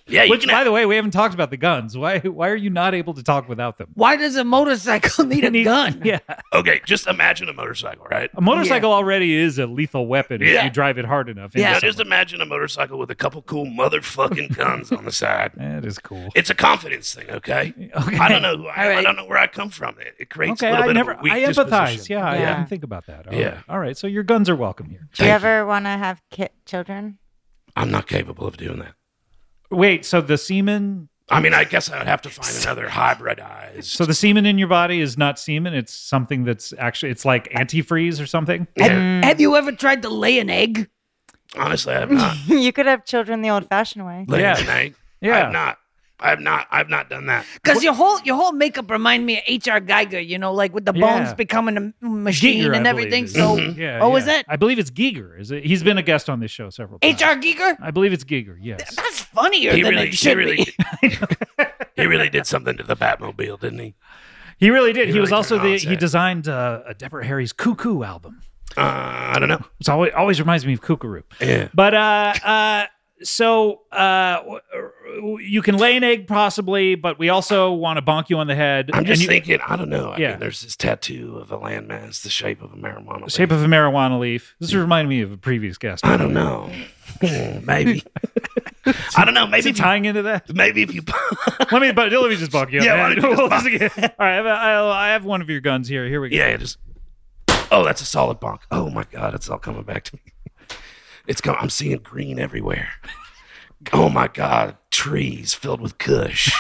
S6: Yeah, you
S2: Which,
S6: can
S2: by the way, we haven't talked about the guns. Why? Why are you not able to talk without them?
S5: why does a motorcycle need a
S2: Need-
S5: gun?
S2: Yeah,
S6: Okay, just imagine a motorcycle, right?
S2: a motorcycle already is a lethal weapon if
S6: Yeah.
S2: you drive it hard enough.
S5: Yeah.
S6: Now just imagine a motorcycle with a couple cool motherfucking guns on the side.
S2: that is cool.
S6: It's a confidence thing, okay?
S2: Okay,
S6: I don't know who I am.
S5: All right.
S6: I don't know where I come from. It, it creates
S2: Okay,
S6: a little
S2: I
S6: bit
S2: never.
S6: of a weak
S2: I empathize.
S6: disposition.
S2: Yeah, I
S3: Yeah.
S2: didn't think about that. All
S6: Yeah.
S2: right. All right. So your guns are welcome here.
S3: do you
S6: Thank you.
S3: ever want to have ki- children?
S6: I'm not capable of doing that.
S2: Wait. So the semen.
S6: I mean, I guess I would have to find another hybridized.
S2: So the semen in your body is not semen. It's something that's actually. It's like antifreeze or something.
S5: Have,
S6: Yeah,
S5: have you ever tried to lay an egg?
S6: honestly, I have not.
S3: you could have children the old-fashioned way.
S6: Laying
S2: Yeah.
S6: an egg. I
S2: Yeah.
S6: have not. I have not. I've not done that.
S5: Because your whole your whole makeup remind me of H.R. Geiger, you know, like with the
S2: Yeah.
S5: bones becoming a m- machine
S2: Giger,
S5: and
S2: I believe,
S5: everything.
S2: is-
S5: So
S6: Mhm.
S2: yeah.
S5: what was
S2: yeah.
S5: it?
S2: I believe it's Giger. Is it? He's been a guest on this show several times.
S5: H.R. Geiger,
S2: I believe it's Giger. Yes.
S5: that's funnier
S6: He
S5: than
S6: really,
S5: it
S6: he
S5: should
S6: really,
S5: be.
S6: did, he really did something to the Batmobile, didn't he?
S2: He really did. He,
S6: He
S2: was
S6: really
S2: also
S6: turned
S2: the
S6: out
S2: he
S6: sick.
S2: designed uh, a Deborah Harry's Cuckoo album.
S6: Uh, I don't know.
S2: It's always always reminds me of Kookaroo.
S6: Yeah.
S2: But uh, uh, so uh, w- w- you can lay an egg possibly, but we also want to bonk you on the head.
S6: I'm
S2: And
S6: just
S2: you-
S6: thinking. I don't know. I
S2: Yeah.
S6: mean, there's this tattoo of a landmass, the shape of a marijuana. leaf.
S2: Shape of a marijuana leaf. This reminded me of a previous guest.
S6: I don't know. Hmm, maybe. I don't know.
S2: Is
S6: Maybe
S2: it
S6: if you,
S2: tying into that?
S6: maybe if you
S2: Let me, but let me just bonk you. on
S6: Yeah,
S2: the
S6: why
S2: head.
S6: don't you just
S2: All right, I have, I have one of your guns here. Here we go.
S6: Yeah, just Oh, that's a solid bonk. Oh my God, it's all coming back to me. It's com- I'm seeing green everywhere. Oh my God, trees filled with kush.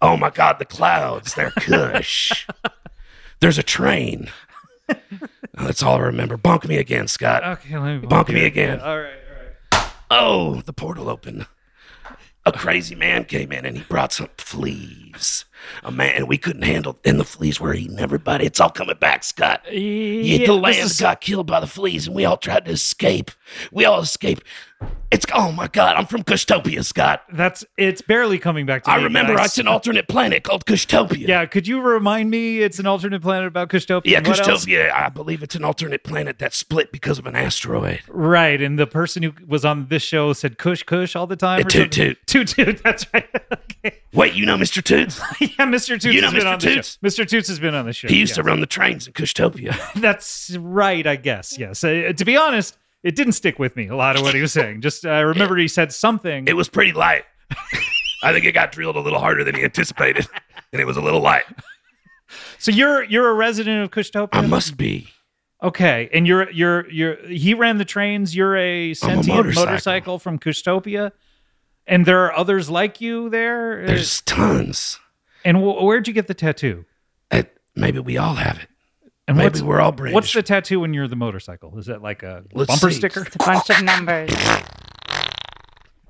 S6: oh my God, the clouds, they're kush. There's a train. Oh, that's all I remember. Bonk me again, Scott.
S2: Okay, let me
S6: Bonk me again.
S2: All right, all right.
S6: Oh, the portal opened. A crazy man came in and he brought some fleas. A man, and we couldn't handle, and the fleas were eating everybody. It's all coming back, Scott. Yeah, the
S2: this
S6: lambs
S2: is-
S6: got killed by the fleas, and we all tried to escape. We all escaped. It's oh my god, I'm from Kushtopia, Scott.
S2: That's it's barely coming back to
S6: I
S2: me,
S6: remember
S2: but
S6: it's an alternate planet called Kushtopia.
S2: Yeah, could you remind me? It's an alternate planet about Kushtopia.
S6: yeah,
S2: and what else?
S6: Kushtopia. I believe it's an alternate planet that split because of an asteroid.
S2: Right, and the person who was on this show said "Kush Kush" all the time.
S6: Uh,
S2: or
S6: toot,
S2: something. toot toot. That's right. okay.
S6: Wait, you know Mr. Toots?
S2: Yeah, Mr. Toots
S6: You know
S2: has been
S6: Mr.
S2: on the
S6: Toots?
S2: show. Mr. Toots has been on the show.
S6: He used to
S2: yes.
S6: run the trains in Kushtopia.
S2: That's right, I guess. Yes. Uh, to be honest, it didn't stick with me a lot of what he was saying. Just I remember he said something.
S6: It was pretty light. I think it got drilled a little harder than he anticipated, and it was a little light.
S2: so you're you're a resident of Kushtopia.
S6: I must be.
S2: Okay, and you're you're you're he ran the trains. You're a sentient
S6: motorcycle.
S2: motorcycle from Kushtopia, and there are others like you there.
S6: There's tons.
S2: and wh- where'd you get the tattoo?
S6: That maybe we all have it.
S2: And
S6: Maybe
S2: what's
S6: we're all British.
S2: what's the tattoo when you're the motorcycle? Is that like a
S6: Let's
S2: bumper
S6: see.
S2: sticker?
S3: It's a bunch of numbers.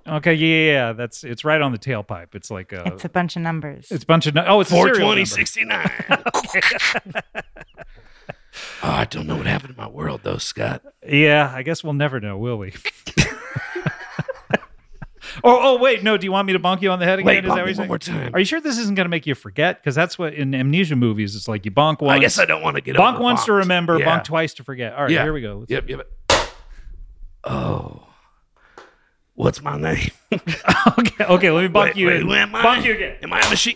S2: Okay, yeah, yeah, yeah, that's it's right on the tailpipe. It's like a
S3: It's a bunch of numbers.
S2: it's a bunch of nu- oh, it's a serial number.
S6: 42069? oh, I don't know what happened to my world though, Scott.
S2: Yeah, I guess we'll never know, will we? oh, oh, wait, no. Do you want me to bonk you on the head again?
S6: Wait,
S2: Is that
S6: bonk
S2: what
S6: me
S2: you're
S6: one
S2: saying?
S6: more time.
S2: Are you sure this isn't going to make you forget? Because that's what in amnesia movies, it's like you bonk once.
S6: I guess I don't want to get
S2: bonk once to
S6: overbonked.
S2: remember,
S6: Yeah.
S2: bonk twice to forget. All right,
S6: Yeah.
S2: here we go.
S6: Yep, yep. Oh, what's my name?
S2: okay, okay, let me bonk
S6: Wait,
S2: you.
S6: wait,
S2: in.
S6: who am I?
S2: Bonk you again.
S6: Am I a machine?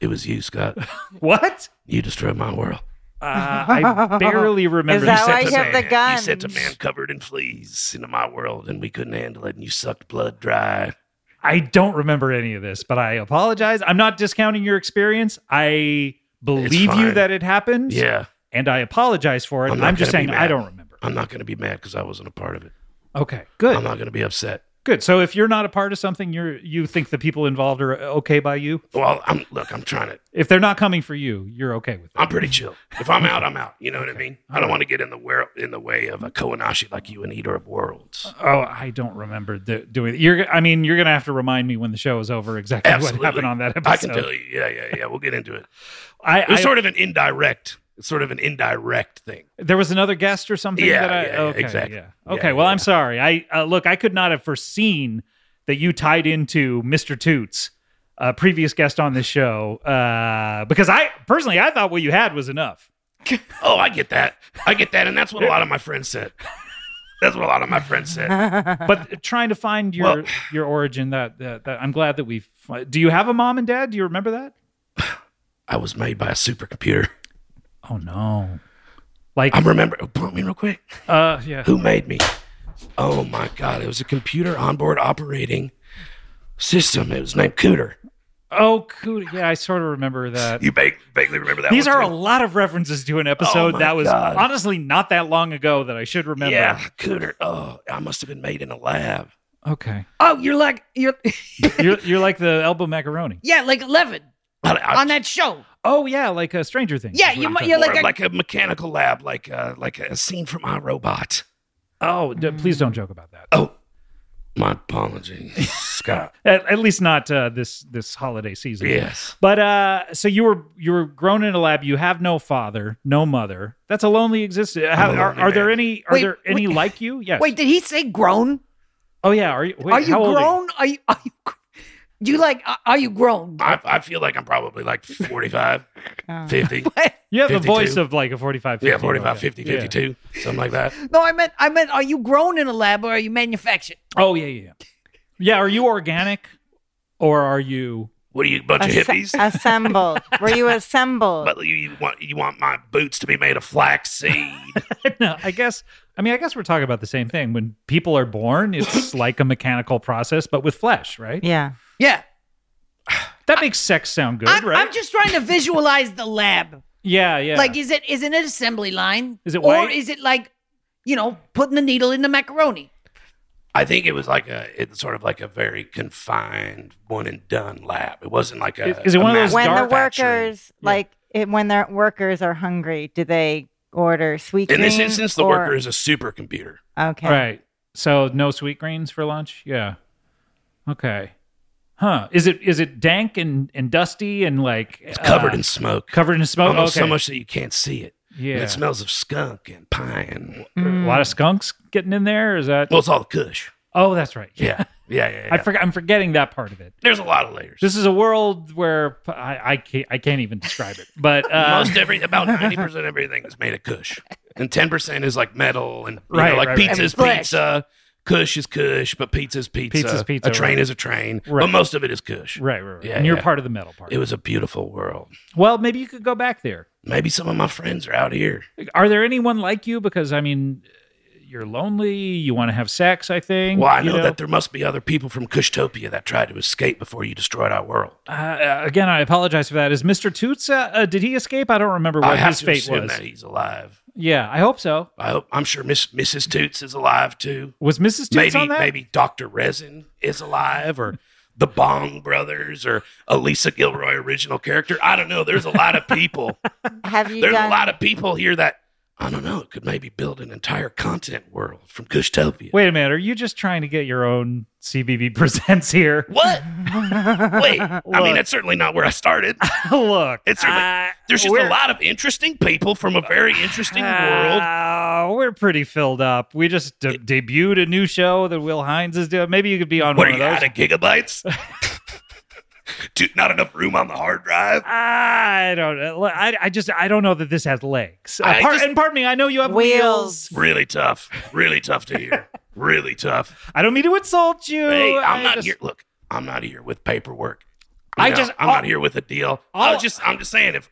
S6: It was you, Scott.
S2: What?
S6: You destroyed my world.
S2: Uh, I barely remember.
S3: Is that
S2: you said
S3: why
S6: sent
S3: you
S6: a
S3: have the
S6: man-
S3: gun?
S6: You sent a man covered in fleas into my world, and we couldn't handle it, and you sucked blood dry.
S2: I don't remember any of this, but I apologize. I'm not discounting your experience. I believe you
S6: fine.
S2: that it happened.
S6: Yeah,
S2: And I apologize for it.
S6: I'm
S2: I'm,
S6: not
S2: just
S6: gonna
S2: saying
S6: be
S2: I
S6: mad.
S2: don't remember.
S6: I'm not going to be mad because I wasn't a part of it.
S2: Okay, good.
S6: I'm not going to be upset.
S2: Good. So if you're not a part of something, you're you think the people involved are okay by you.
S6: Well, I'm look. I'm trying to.
S2: If they're not coming for you, you're okay with it.
S6: I'm pretty chill. If I'm out, I'm out. You know what I mean? I don't want to get in the where, in the way of a Koanashi like you, an eater of worlds.
S2: Oh, I don't remember the, doing. You're. I mean, you're gonna have to remind me when the show is over exactly
S6: Absolutely.
S2: what happened on that episode.
S6: I can tell you. Yeah, yeah, yeah. We'll get into it.
S2: I,
S6: It was
S2: I-
S6: sort of an indirect. It's sort of an indirect thing.
S2: there was another guest or something
S6: Yeah,
S2: that I.
S6: yeah, yeah,
S2: okay,
S6: exactly.
S2: Yeah.
S6: Yeah,
S2: Okay. well,
S6: yeah.
S2: I'm sorry. I uh, look. I could not have foreseen that you tied into Mr. Toots, a previous guest on this show, uh, because I personally I thought what you had was enough.
S6: Oh, I get that. I get that, and that's what a lot of my friends said. That's what a lot of my friends said.
S2: but trying to find your
S6: Well-
S2: your origin that, that that I'm glad that we've fi- do you have a mom and dad do you remember that
S6: I was made by a supercomputer.
S2: oh no like
S6: I remember. oh, Bump me real quick.
S2: uh yeah
S6: Who made me? Oh my god! It was a computer onboard operating system. It was named Cooter.
S2: oh cool yeah I sort of remember that
S6: You vague, vaguely remember that?
S2: these
S6: one
S2: are a
S6: too? Oh,
S2: lot of references to an episode
S6: my
S2: that was
S6: God.
S2: honestly not that long ago that I should remember
S6: yeah, Cooter. Oh, I must have been made in a lab.
S2: okay
S5: Oh, you're like you're
S2: you're you're like the elbow macaroni
S5: yeah, like eleven
S6: I, I,
S5: on that show.
S2: oh yeah like uh, Stranger Things
S5: Yeah,
S2: is what
S5: you
S2: I'm
S5: might-
S2: talking
S5: you're
S2: about.
S6: or
S5: like a-
S6: like a mechanical lab, like uh, like a scene from iRobot. Robot.
S2: oh d- please don't joke about that
S6: Oh, my apologies, Scott.
S2: at, at least not uh, this this holiday season
S6: Yes.
S2: But uh, so you were you were grown in a lab. You have no father, no mother. That's a lonely existence. How,
S6: I'm a
S2: are,
S6: lonely
S2: are there
S6: man.
S2: any? Are
S5: Wait,
S2: there any
S5: wait.
S2: like you? Yes.
S5: Wait, did he say grown?
S2: Oh yeah. Are you? Wait,
S5: are you
S2: how old
S5: grown? Are you are you gr- you like are- are you grown?
S6: I, I feel like I'm probably like 45,
S3: Oh.
S6: 50.
S2: You? you have the
S6: 52.
S2: voice of like a 45, 50
S6: Yeah, 45, 50, 52, something like that.
S5: No, I meant I meant are you grown in a lab or are you manufactured?
S2: Oh yeah, yeah, yeah. Yeah. Are you organic, or are you?
S6: What are you, bunch of
S3: Asse-
S6: hippies?
S3: assembled. Were you assembled?
S6: But you, you want you want my boots to be made of flaxseed.
S2: no, I guess. I mean, I guess we're talking about the same thing. When people are born, it's like a mechanical process, but with flesh, right?
S3: yeah.
S5: Yeah.
S2: That makes sex sound good,
S5: I'm,
S2: right?
S5: I'm just trying to visualize the lab.
S2: Yeah, yeah.
S5: Like, is it is it an assembly line?
S2: Is it
S5: or
S2: white?
S5: is it like, you know, putting the needle in the macaroni?
S6: I think it was like a, it's sort of like a very confined one and done lab. It wasn't like a.
S2: Is- is it
S6: a
S2: one of those It's
S6: mass
S3: when the
S2: dark,
S6: manufacturing.
S3: workers like it, when their workers are hungry, do they order sweet?
S6: In this
S3: green
S6: instance, the
S3: or-
S6: worker is a supercomputer.
S3: okay.
S2: Right. So no sweet greens for lunch? Yeah. Okay. Huh. Is it is it dank and, and dusty and like
S6: It's covered in smoke.
S2: covered in smoke?
S6: Almost
S2: Uh, oh, okay.
S6: so much that you can't see it.
S2: yeah.
S6: And it smells of skunk and pine.
S3: Mm.
S2: a lot of skunks getting in there. Is that
S6: Well, it's all the kush.
S2: Oh, that's right.
S6: Yeah. Yeah, yeah,
S2: I
S6: yeah.
S2: forgot I'm forgetting that part of it.
S6: There's a lot of layers.
S2: This is a world where I, I can't I can't even describe it. But uh,
S6: Most every about ninety percent of everything is made of Kush, and ten percent is like metal and you
S2: Right,
S6: know, like
S2: right, right.
S6: pizza is
S5: Flesh.
S6: pizza, Kush is Kush, but pizza's pizza.
S2: Pizza's pizza,
S6: A train
S2: right.
S6: is a train,
S2: Right.
S6: but most of it is Kush.
S2: right, right, right.
S6: Yeah,
S2: and you're
S6: yeah.
S2: part of the metal part.
S6: It was a beautiful world.
S2: well, maybe you could go back there.
S6: Maybe some of my friends are out here.
S2: Are there anyone like you? Because I mean, you're lonely. You want to have sex. I think.
S6: Well, I
S2: you
S6: know, that there must be other people from Kushtopia that tried to escape before you destroyed our world.
S2: Uh, again, I apologize for that. Is Mister Toots? Uh, uh, did he escape? I don't remember what
S6: I have
S2: his
S6: to
S2: fate
S6: assume
S2: was.
S6: that he's alive.
S2: Yeah, I hope so.
S6: I hope I'm sure Miss Mrs. Toots is alive too.
S2: Was Mrs. Toots
S6: maybe
S2: on that?
S6: maybe Dr. Resin is alive or the Bong brothers or Elisa Gilroy original character. I don't know. There's a lot of people.
S3: Have you
S6: There's
S3: done?
S6: a lot of people here that I don't know. It could maybe build an entire content world from Kushtopia.
S2: Wait a minute. Are you just trying to get your own CBB presents here?
S6: What? Wait. I mean, that's certainly not where I started.
S2: Look,
S6: It's certainly-
S2: Uh,
S6: There's just a lot of interesting people from a very interesting world.
S2: Oh, we're pretty filled up. We just de- debuted a new show that Will Hines is doing. Maybe you could be on
S6: What are
S2: one
S6: you
S2: of
S6: out
S2: those.
S6: of gigabytes? Dude, not enough room on the hard drive.
S2: I don't know. Look, I, I just I don't know that this has legs. Uh,
S6: I
S2: par-
S6: just-
S2: and pardon me, I know you have
S3: Wheels.
S2: wheels.
S6: Really tough. Really tough to hear. Really tough.
S2: I don't mean to insult you.
S6: Hey, I'm
S2: I
S6: not
S2: just-
S6: here. Look, I'm not here with paperwork.
S2: I
S6: I
S2: just-
S6: just, I'm
S2: all-
S6: not here with a deal.
S2: all-
S6: I'll just, I'm just saying if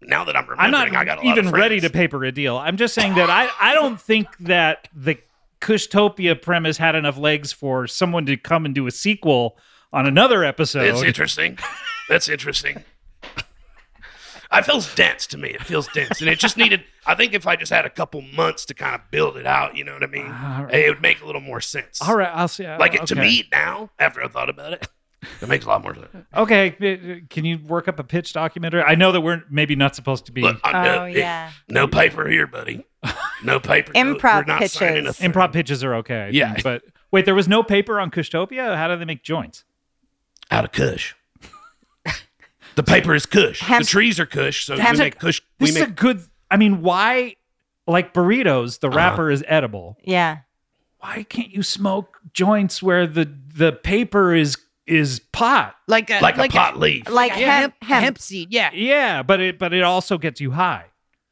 S6: now that I'm
S2: I'm
S6: remembering,
S2: not
S6: I got a lot
S2: even
S6: of
S2: ready to
S6: friends.
S2: paper a deal. I'm just saying that I I don't think that the Kushtopia premise had enough legs for someone to come and do a sequel on another episode.
S6: It's interesting. That's interesting. I feels dense to me. It feels dense, and it just needed. I think if I just had a couple months to kind of build it out, you know what I mean,
S2: All right.
S6: it would make a little more sense.
S2: All right, I'll see. uh,
S6: Like it to
S2: okay.
S6: me now, after I thought about it, it makes a lot more sense.
S2: Okay, uh, can you work up a pitch documentary? I know that we're maybe not supposed to be
S6: Look, I'm
S3: Oh
S6: done. Hey,
S3: yeah.
S6: No paper here, buddy. No paper. No-
S3: Improv
S6: we're not
S3: pitches.
S6: signing a thing.
S2: improv pitches are okay. I
S6: Yeah.
S2: think, but wait, there was no paper on Kushtopia. How do they make joints?
S6: out of Kush. the paper is Kush.
S3: Hemp-
S6: the trees are Kush, so
S3: Hemp-
S6: we make Kush.
S2: This
S6: We
S2: is
S6: make
S2: a good. I mean, why? Like burritos,
S6: Uh-huh.
S2: the wrapper is edible.
S3: Yeah.
S2: Why can't you smoke joints where the the paper is is pot?
S5: Like a
S6: like, a pot leaf.
S3: Like hemp, hemp.
S5: hemp seed. Yeah.
S2: Yeah, but it but it also gets you high.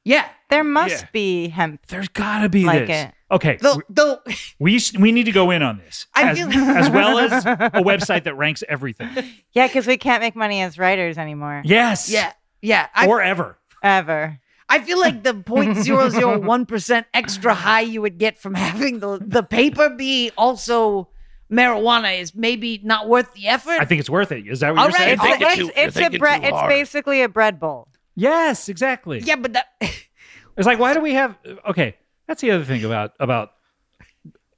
S5: Yeah.
S3: There must
S2: Yeah.
S3: be hemp.
S2: There's gotta be
S3: Like
S2: this.
S3: it.
S2: Okay,
S5: Though, though
S2: we sh- we need to go in on this
S5: I
S2: as,
S5: feel-
S2: as well as a website that ranks everything.
S3: Yeah, because we can't make money as writers anymore.
S2: Yes.
S5: yeah. Yeah. I,
S2: or ever.
S3: Ever.
S5: I feel like the 0.001% extra high you would get from having the, the paper be also marijuana is maybe not worth the effort.
S2: I think it's worth it. Is that what
S5: All
S2: you're
S5: right,
S2: saying?
S5: all-
S3: It's,
S6: thinking
S3: it's,
S6: too- you're
S3: it's a
S6: thinking
S3: bread.
S6: too
S3: It's
S6: hard.
S3: basically a bread bowl.
S2: Yes, exactly.
S5: yeah, but that
S2: It's like why do we have okay, that's the other thing about about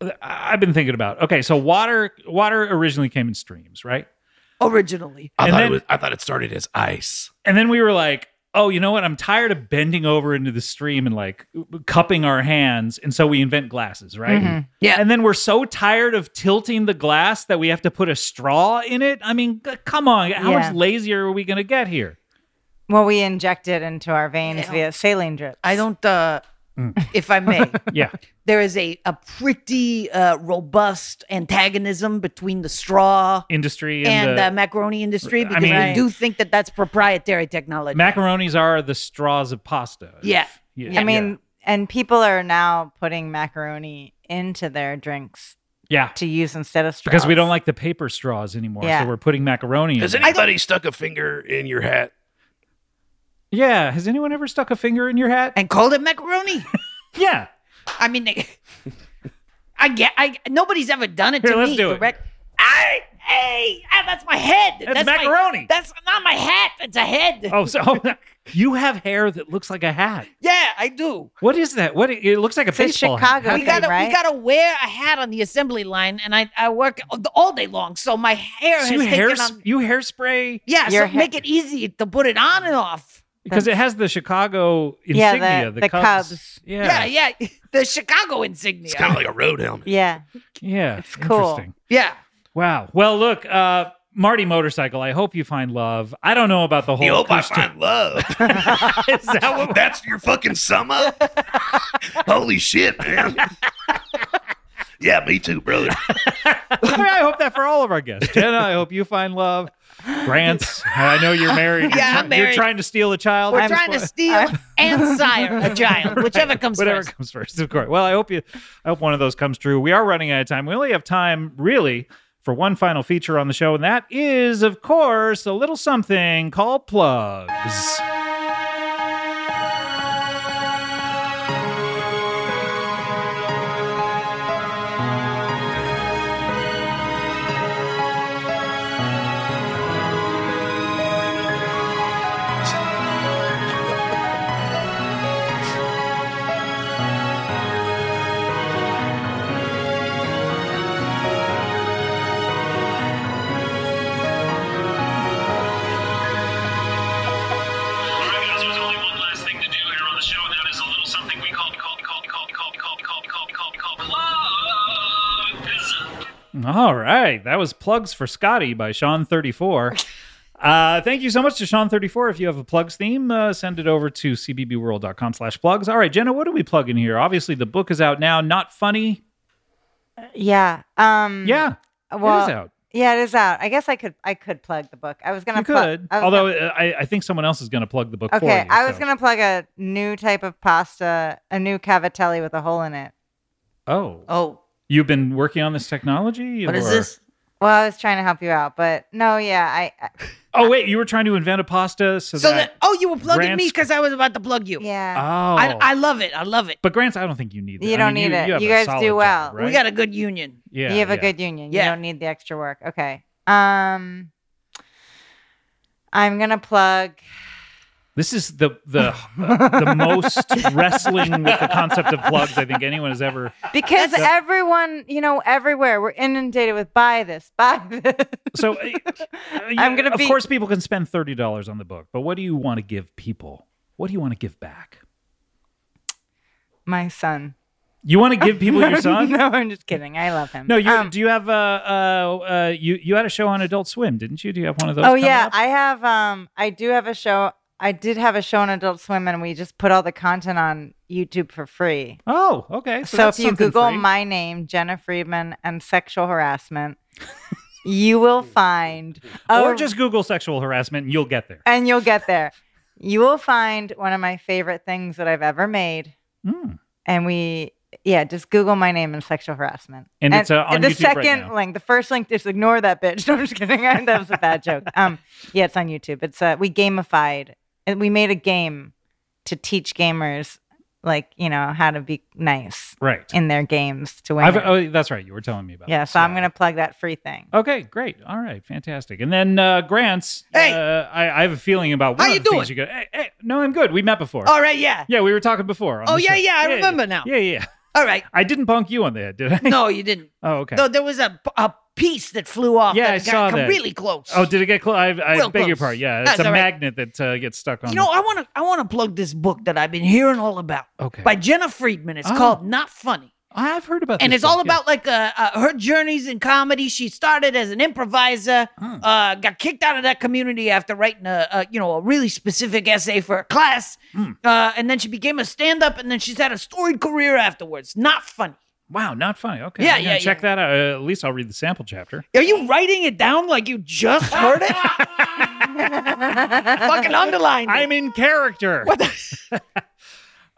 S2: I- I've been thinking about. Okay, so water water originally came in streams, right?
S5: originally.
S6: I
S2: and
S6: thought
S2: then-
S6: it was. I thought it started as ice.
S2: And then we were like, "Oh, you know what? I'm tired of bending over into the stream and like cupping our hands." And so we invent glasses, right?
S5: Mm-hmm. Yeah.
S2: And then we're so tired of tilting the glass that we have to put a straw in it. I mean, g- come on. How
S3: Yeah.
S2: much lazier are we going to get here?
S3: Well, we inject it into our veins
S5: Yeah.
S3: via saline drips.
S5: I don't, uh,
S2: Mm.
S5: if I may,
S2: Yeah.
S5: there is a, a pretty uh, robust antagonism between the straw
S2: Industry and,
S5: and uh,
S2: the,
S5: the macaroni industry because I,
S2: mean-
S5: do think that that's proprietary technology.
S2: macaronis are the straws of pasta.
S5: Yeah.
S2: Yeah.
S3: I mean, and people are now putting macaroni into their drinks
S2: yeah.
S3: to use instead of straws.
S2: Because we don't like the paper straws anymore.
S3: Yeah.
S2: So we're putting macaroni in.
S6: Has
S2: them.
S6: anybody stuck a finger in your hat?
S2: yeah. Has anyone ever stuck a finger in your hat?
S5: and called it macaroni.
S2: yeah.
S5: I mean, they- I get. I nobody's ever done it
S2: Here,
S5: to
S2: let's
S5: me.
S2: do it.
S5: direct- I hey, ah, that's my head.
S2: That's
S5: my-
S2: macaroni.
S5: that's not my hat. It's a head.
S2: Oh, so You have hair that looks like a hat.
S5: Yeah, I do.
S2: What is that? What it looks like a
S3: It's in
S2: baseball
S3: Chicago.
S2: hat.
S5: we
S3: Okay,
S5: gotta
S3: right?
S5: we gotta wear a hat on the assembly line, and I I work all day long, so my hair
S2: So
S5: has
S2: you
S5: taken
S2: hair
S5: on.
S2: you hairspray
S5: Yeah,
S3: Your
S5: so
S3: hair-
S5: make it easy to put it on and off.
S2: because it has the Chicago
S3: Yeah,
S2: insignia,
S3: the-
S2: the,
S3: the
S2: Cubs.
S3: Cubs.
S5: Yeah,
S2: Yeah,
S5: yeah, the Chicago insignia.
S6: It's kind of like a road helmet.
S3: Yeah.
S2: yeah.
S3: It's cool.
S2: Interesting.
S5: yeah,
S2: Wow. Well, look, uh, Marty Motorcycle. I hope you find love. I don't know about the whole.
S6: You hope I
S2: acoustic-
S6: find love.
S2: Is that what-
S6: That's your fucking sum up? Holy shit, man. yeah, me too, brother.
S2: I, mean, I hope that for all of our guests. Jenna, I hope you find love. Grants, I know you're married.
S5: Yeah,
S2: you're,
S5: I'm married.
S2: You're trying to steal a child.
S5: we're
S2: I'm-
S5: trying to steal and sire a child, whichever comes
S2: Whatever
S5: first.
S2: comes first, of course. Well, I hope you. I hope one of those comes true. We are running out of time. We only have time, really, for one final feature on the show, and that is, of course, a little something called plugs.
S7: All right, guys, there's only one last thing to do here on the show, and that is a little something we called, called, called, called, called, called, called, called, called, called, plugs.
S2: All right. That was Plugs for Scotty by Sean34. Uh, thank you so much to Sean34. If you have a plugs theme, uh, send it over to cbbworld.com slash plugs. All right, Jenna, what do we plug in here? Obviously, the book is out now. Not funny.
S3: Mm-hmm. Yeah. Um
S2: Yeah,
S3: well,
S2: it is out.
S3: Yeah, it is out. I guess I could I could plug the book. I was gonna
S2: You
S3: plug-
S2: could.
S3: I was
S2: Although
S3: gonna-
S2: uh, I, I think someone else is going to plug the book for you.
S3: Okay, I was
S2: so-
S3: gonna plug a new type of pasta, a new cavatelli with a hole in it.
S2: Oh.
S5: Oh,
S2: You've been working on this technology?
S5: what is
S2: or-
S5: this?
S3: Well, I was trying to help you out, but no, yeah, I, I
S2: Oh, wait. You were trying to invent a pasta so,
S5: So
S2: that.
S5: that oh, you were plugging me
S2: Grant's-
S5: because I was about to plug you.
S2: Oh.
S3: yeah.
S5: I, I love it. I love it.
S2: but Grants, I don't think you need that.
S3: uh, You
S2: I
S3: don't
S2: mean,
S3: need it.
S2: have
S3: You
S2: a
S3: guys
S2: solid
S3: do
S2: job,
S3: well.
S2: right?
S5: We got a good union.
S2: yeah,
S3: you have a
S2: yeah.
S3: good union.
S5: Yeah.
S3: You don't need the extra work. Okay. Um, I'm gonna plug.
S2: Uh, This is the the the most wrestling with the concept of plugs I think anyone has ever.
S3: because everyone, you know, everywhere we're inundated with buy this, buy this.
S2: So uh,
S3: I'm gonna
S2: Of
S3: be-
S2: course, people can spend thirty dollars on the book, but what do you want to give people? What do you want to give back?
S3: My son.
S2: You want to give people your son?
S3: no, I'm just kidding. I love him.
S2: No, you
S3: Um,
S2: do you have uh, uh uh you you had a show on Adult Swim, didn't you? Do you have one of those?
S3: oh
S2: coming
S3: yeah,
S2: up?
S3: I have. Um, I do have a show. I did have a show on Adult Swim, and we just put all the content on YouTube for free.
S2: oh okay. So,
S3: So,
S2: that's
S3: if you
S2: something
S3: Google
S2: free.
S3: my name, Jenna Friedman, and sexual harassment, you will find.
S2: or
S3: a-
S2: just Google sexual harassment, and you'll get there.
S3: and you'll get there. You will find one of my favorite things that I've ever made.
S2: Mm.
S3: and we yeah just google my name and sexual harassment
S2: And it's, uh, on
S3: the
S2: YouTube right
S3: second
S2: now.
S3: link the first link just ignore that bitch no i'm just kidding that was a bad joke um yeah it's on youtube it's uh we gamified and we made a game to teach gamers like you know how to be nice
S2: Right.
S3: in their games to win
S2: I've, oh, that's right. You were telling me about.
S3: yeah
S2: this,
S3: so i'm gonna plug that free thing
S2: Okay, great. All right, fantastic. And then uh, Grants,
S5: Hey!
S2: uh, I, I have a feeling about one
S5: How
S2: of
S5: you
S2: the things you
S5: doing?
S2: go. Hey, hey, no, I'm good. We met before.
S5: All right, yeah.
S2: Yeah, we were talking before. on
S5: Oh,
S2: the
S5: yeah,
S2: show.
S5: yeah, I remember now.
S2: Yeah, yeah.
S5: All right.
S2: I didn't punk you on the head, did I?
S5: No, you didn't.
S2: Oh, okay.
S5: No, there was a a piece that flew off.
S2: Yeah,
S5: that
S2: I
S5: got
S2: saw
S5: come
S2: that.
S5: Really close.
S2: Oh, did it get close? I, I
S5: Real
S2: beg your
S5: close.
S2: pardon. Yeah, it's
S5: That's
S2: a
S5: all right.
S2: magnet that uh, gets stuck on.
S5: you know, I want to I want to plug this book that I've been hearing all about
S2: okay.
S5: by Jenna Friedman. It's
S2: Oh.
S5: called Not Funny.
S2: I've heard about.
S5: and
S2: this
S5: it's all
S2: book, yeah.
S5: about like uh, uh, her journeys in comedy. She started as an improviser,
S2: Hmm.
S5: uh, got kicked out of that community after writing a, a you know a really specific essay for a class,
S2: Hmm.
S5: uh, and then she became a stand up, and then she's had a storied career afterwards. Not funny.
S2: Wow, not funny. Okay.
S5: Yeah,
S2: I'm gonna
S5: yeah,
S2: Check that out. Uh, at least I'll read the sample chapter.
S5: Are you writing it down like you just heard it? Fucking underlined. it.
S2: I'm in character.
S5: What the-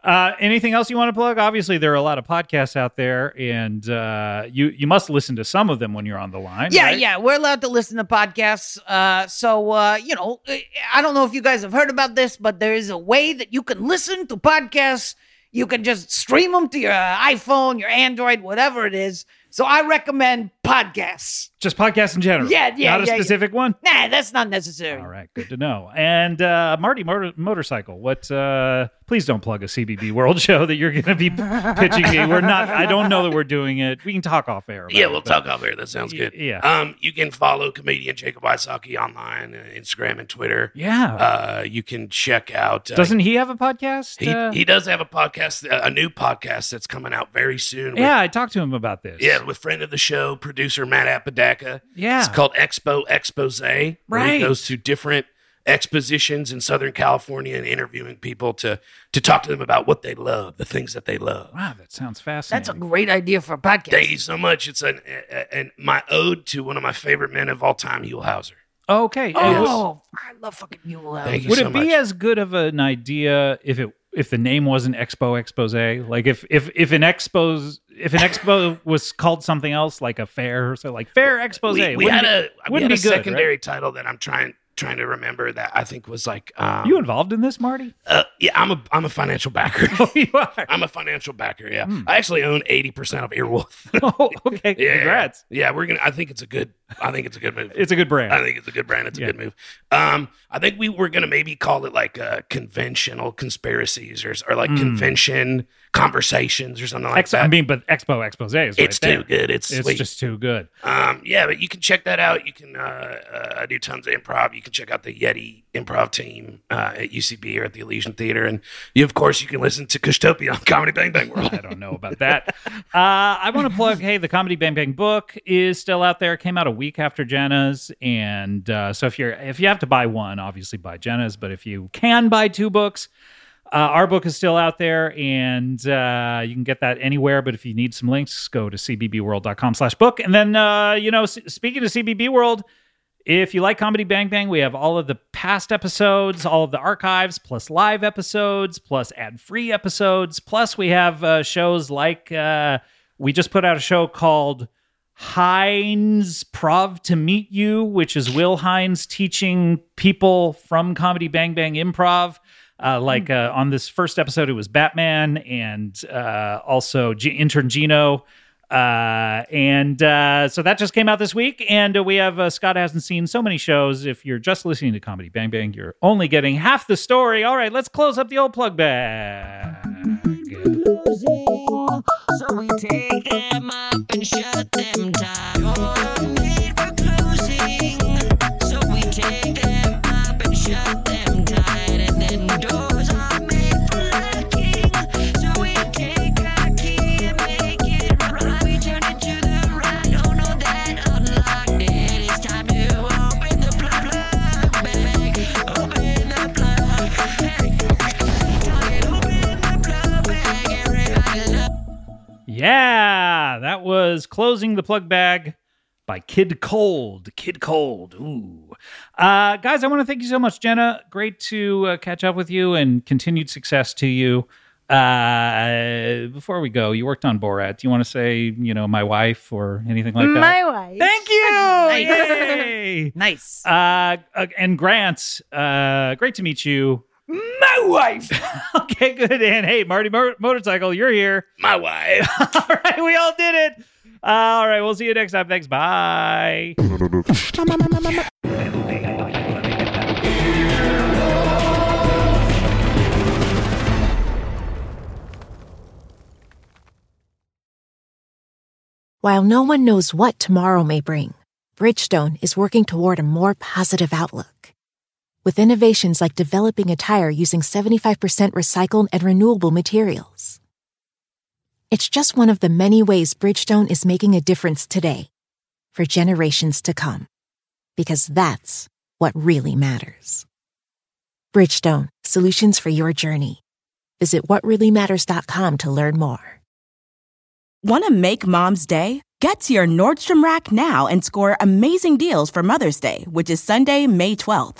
S2: Uh, anything else you want to plug? Obviously, there are a lot of podcasts out there, and uh, you you must listen to some of them when you're on the line.
S5: Yeah,
S2: right?
S5: yeah, we're allowed to listen to podcasts. Uh, so uh, you know, I I don't know if you guys have heard about this, but there is a way that you can listen to podcasts. You can just stream them to your uh, iPhone, your Android, whatever it is. So I recommend podcasts.
S2: Just podcasts in general.
S5: Yeah, yeah,
S2: Not a
S5: yeah, yeah.
S2: specific one.
S5: Nah, that's not necessary.
S2: All right, good to know. And uh, Marty Motor- Motorcycle, what? Uh, please don't plug a CBB World show that you're going to be pitching me. We're not. I don't know that we're doing it. We can talk off air. about
S6: Yeah,
S2: it,
S6: we'll
S2: but-
S6: talk off air. That sounds
S2: Y-
S6: good.
S2: yeah.
S6: Um, you can follow comedian Jacob Isaki online, uh, Instagram and Twitter.
S2: Yeah.
S6: Uh, you can check out. Uh,
S2: Doesn't he have a podcast?
S6: he?
S2: Uh,
S6: he does have a podcast, uh, a new podcast that's coming out very soon. With,
S2: yeah, I talked to him about this.
S6: Yeah, with friend of the show, producer Matt Apodaca.
S2: Yeah.
S6: It's called Expo Expose. Right.
S2: Right.
S6: he goes to different expositions in Southern California and interviewing people to to talk to them about what they love, the things that they love.
S2: Wow, that sounds
S5: That's a
S2: fascinating.
S5: great idea for a podcast.
S6: Thank you so much. It's an, a- a- an my ode to one of my favorite men of all time, Hugh Hauser.
S2: okay.
S5: Oh, I love fucking Mule.
S6: Thank you
S2: Would
S6: so
S2: it be
S6: much.
S2: as good of an idea if it if the name wasn't Expo Expose? Like if if if an expos if an expo was called something else, like a fair, so like fair expose.
S6: we, we
S2: wouldn't
S6: had
S2: be-
S6: a we
S2: wouldn't
S6: had
S2: be
S6: a
S2: good, right?
S6: secondary title that I'm trying trying to remember that I think was like um,
S2: you involved in this, Marty?
S6: uh, yeah I'm a I'm a financial backer.
S2: Oh, you are.
S6: I'm a financial backer. Yeah,
S2: Hmm.
S6: I actually own eighty percent of Earwolf.
S2: Oh, okay.
S6: yeah,
S2: Congrats.
S6: Yeah, we're gonna. I think it's a good. I think it's a good move.
S2: It's a good
S6: I
S2: brand.
S6: think it's a good brand. It's
S2: Yeah.
S6: a good move. Um, I think we were gonna maybe call it like uh, conventional conspiracies or, or like
S2: Mm.
S6: convention conversations or something like
S2: Ex-
S6: that.
S2: I mean, but Expo Expose is
S6: it's
S2: right there.
S6: too good. It's,
S2: It's
S6: sweet.
S2: just too good.
S6: um, yeah, but you can check that out. You can. Uh, uh, I do tons of improv. You can check out the Yeti improv team uh, at UCB or at the Elysian Theater, and you, of course, you can listen to Kushtopia on Comedy Bang Bang World.
S2: I don't know about that. uh, I want to plug. Hey, the Comedy Bang Bang book is still out there. It came out a week after Jenna's, and uh, so if you're if you have to buy one, obviously buy Jenna's. But if you can buy two books, uh, our book is still out there, and uh, you can get that anywhere. But if you need some links, go to cbbworld.com/book. And then uh, you know, s- speaking of CBB World. If you like Comedy Bang Bang, we have all of the past episodes, all of the archives, plus live episodes, plus ad free episodes. Plus, we have uh, shows like uh, we just put out a show called Heinz Prov to Meet You, which is Will Hines teaching people from Comedy Bang Bang improv. Uh, like uh, on this first episode, it was Batman and uh, also G- intern Gino. Uh, and uh, so that just came out this week. And uh, we have uh, Scott hasn't seen so many shows. If you're just listening to Comedy Bang Bang, you're only getting half the story. All right, let's close up the old plug bag.
S8: So we take them up and shut them down. Oh, wait, we're closing. So we take them up and shut them tight. And then doors are made for locking. So we take our key and make it right. We turn it to the right. Oh, no, that unlocked it. It's time to open the plug bag. Open the plug bag. Target, open the plug bag. Everybody look.
S2: Yeah, that was Closing the Plug Bag by Kid Cold. Kid Cold. Ooh. Uh, guys, I want to thank you so much, Jenna. Great to uh, catch up with you and continued success to you. Uh, before we go, you worked on Borat. Do you want to say, you know, my wife or anything like that?
S3: My wife.
S2: Thank you. Yay!
S5: Nice.
S2: Uh, uh, and Grant, uh, great to meet you.
S6: My wife,
S2: Okay, good. And hey, Marty Mo- Motorcycle, you're here.
S6: my wife.
S2: all right, we all did it. all right, we'll see you next time. Thanks. Bye.
S9: While no one knows what tomorrow may bring, Bridgestone is working toward a more positive outlook. With innovations like developing a tire using 75% recycled and renewable materials. It's just one of the many ways Bridgestone is making a difference today for generations to come. Because that's what really matters. Bridgestone, solutions for your journey. Visit whatreallymatters.com to learn more.
S10: Want to make mom's day? Get to your Nordstrom Rack now and score amazing deals for Mother's Day, which is Sunday, May 12th.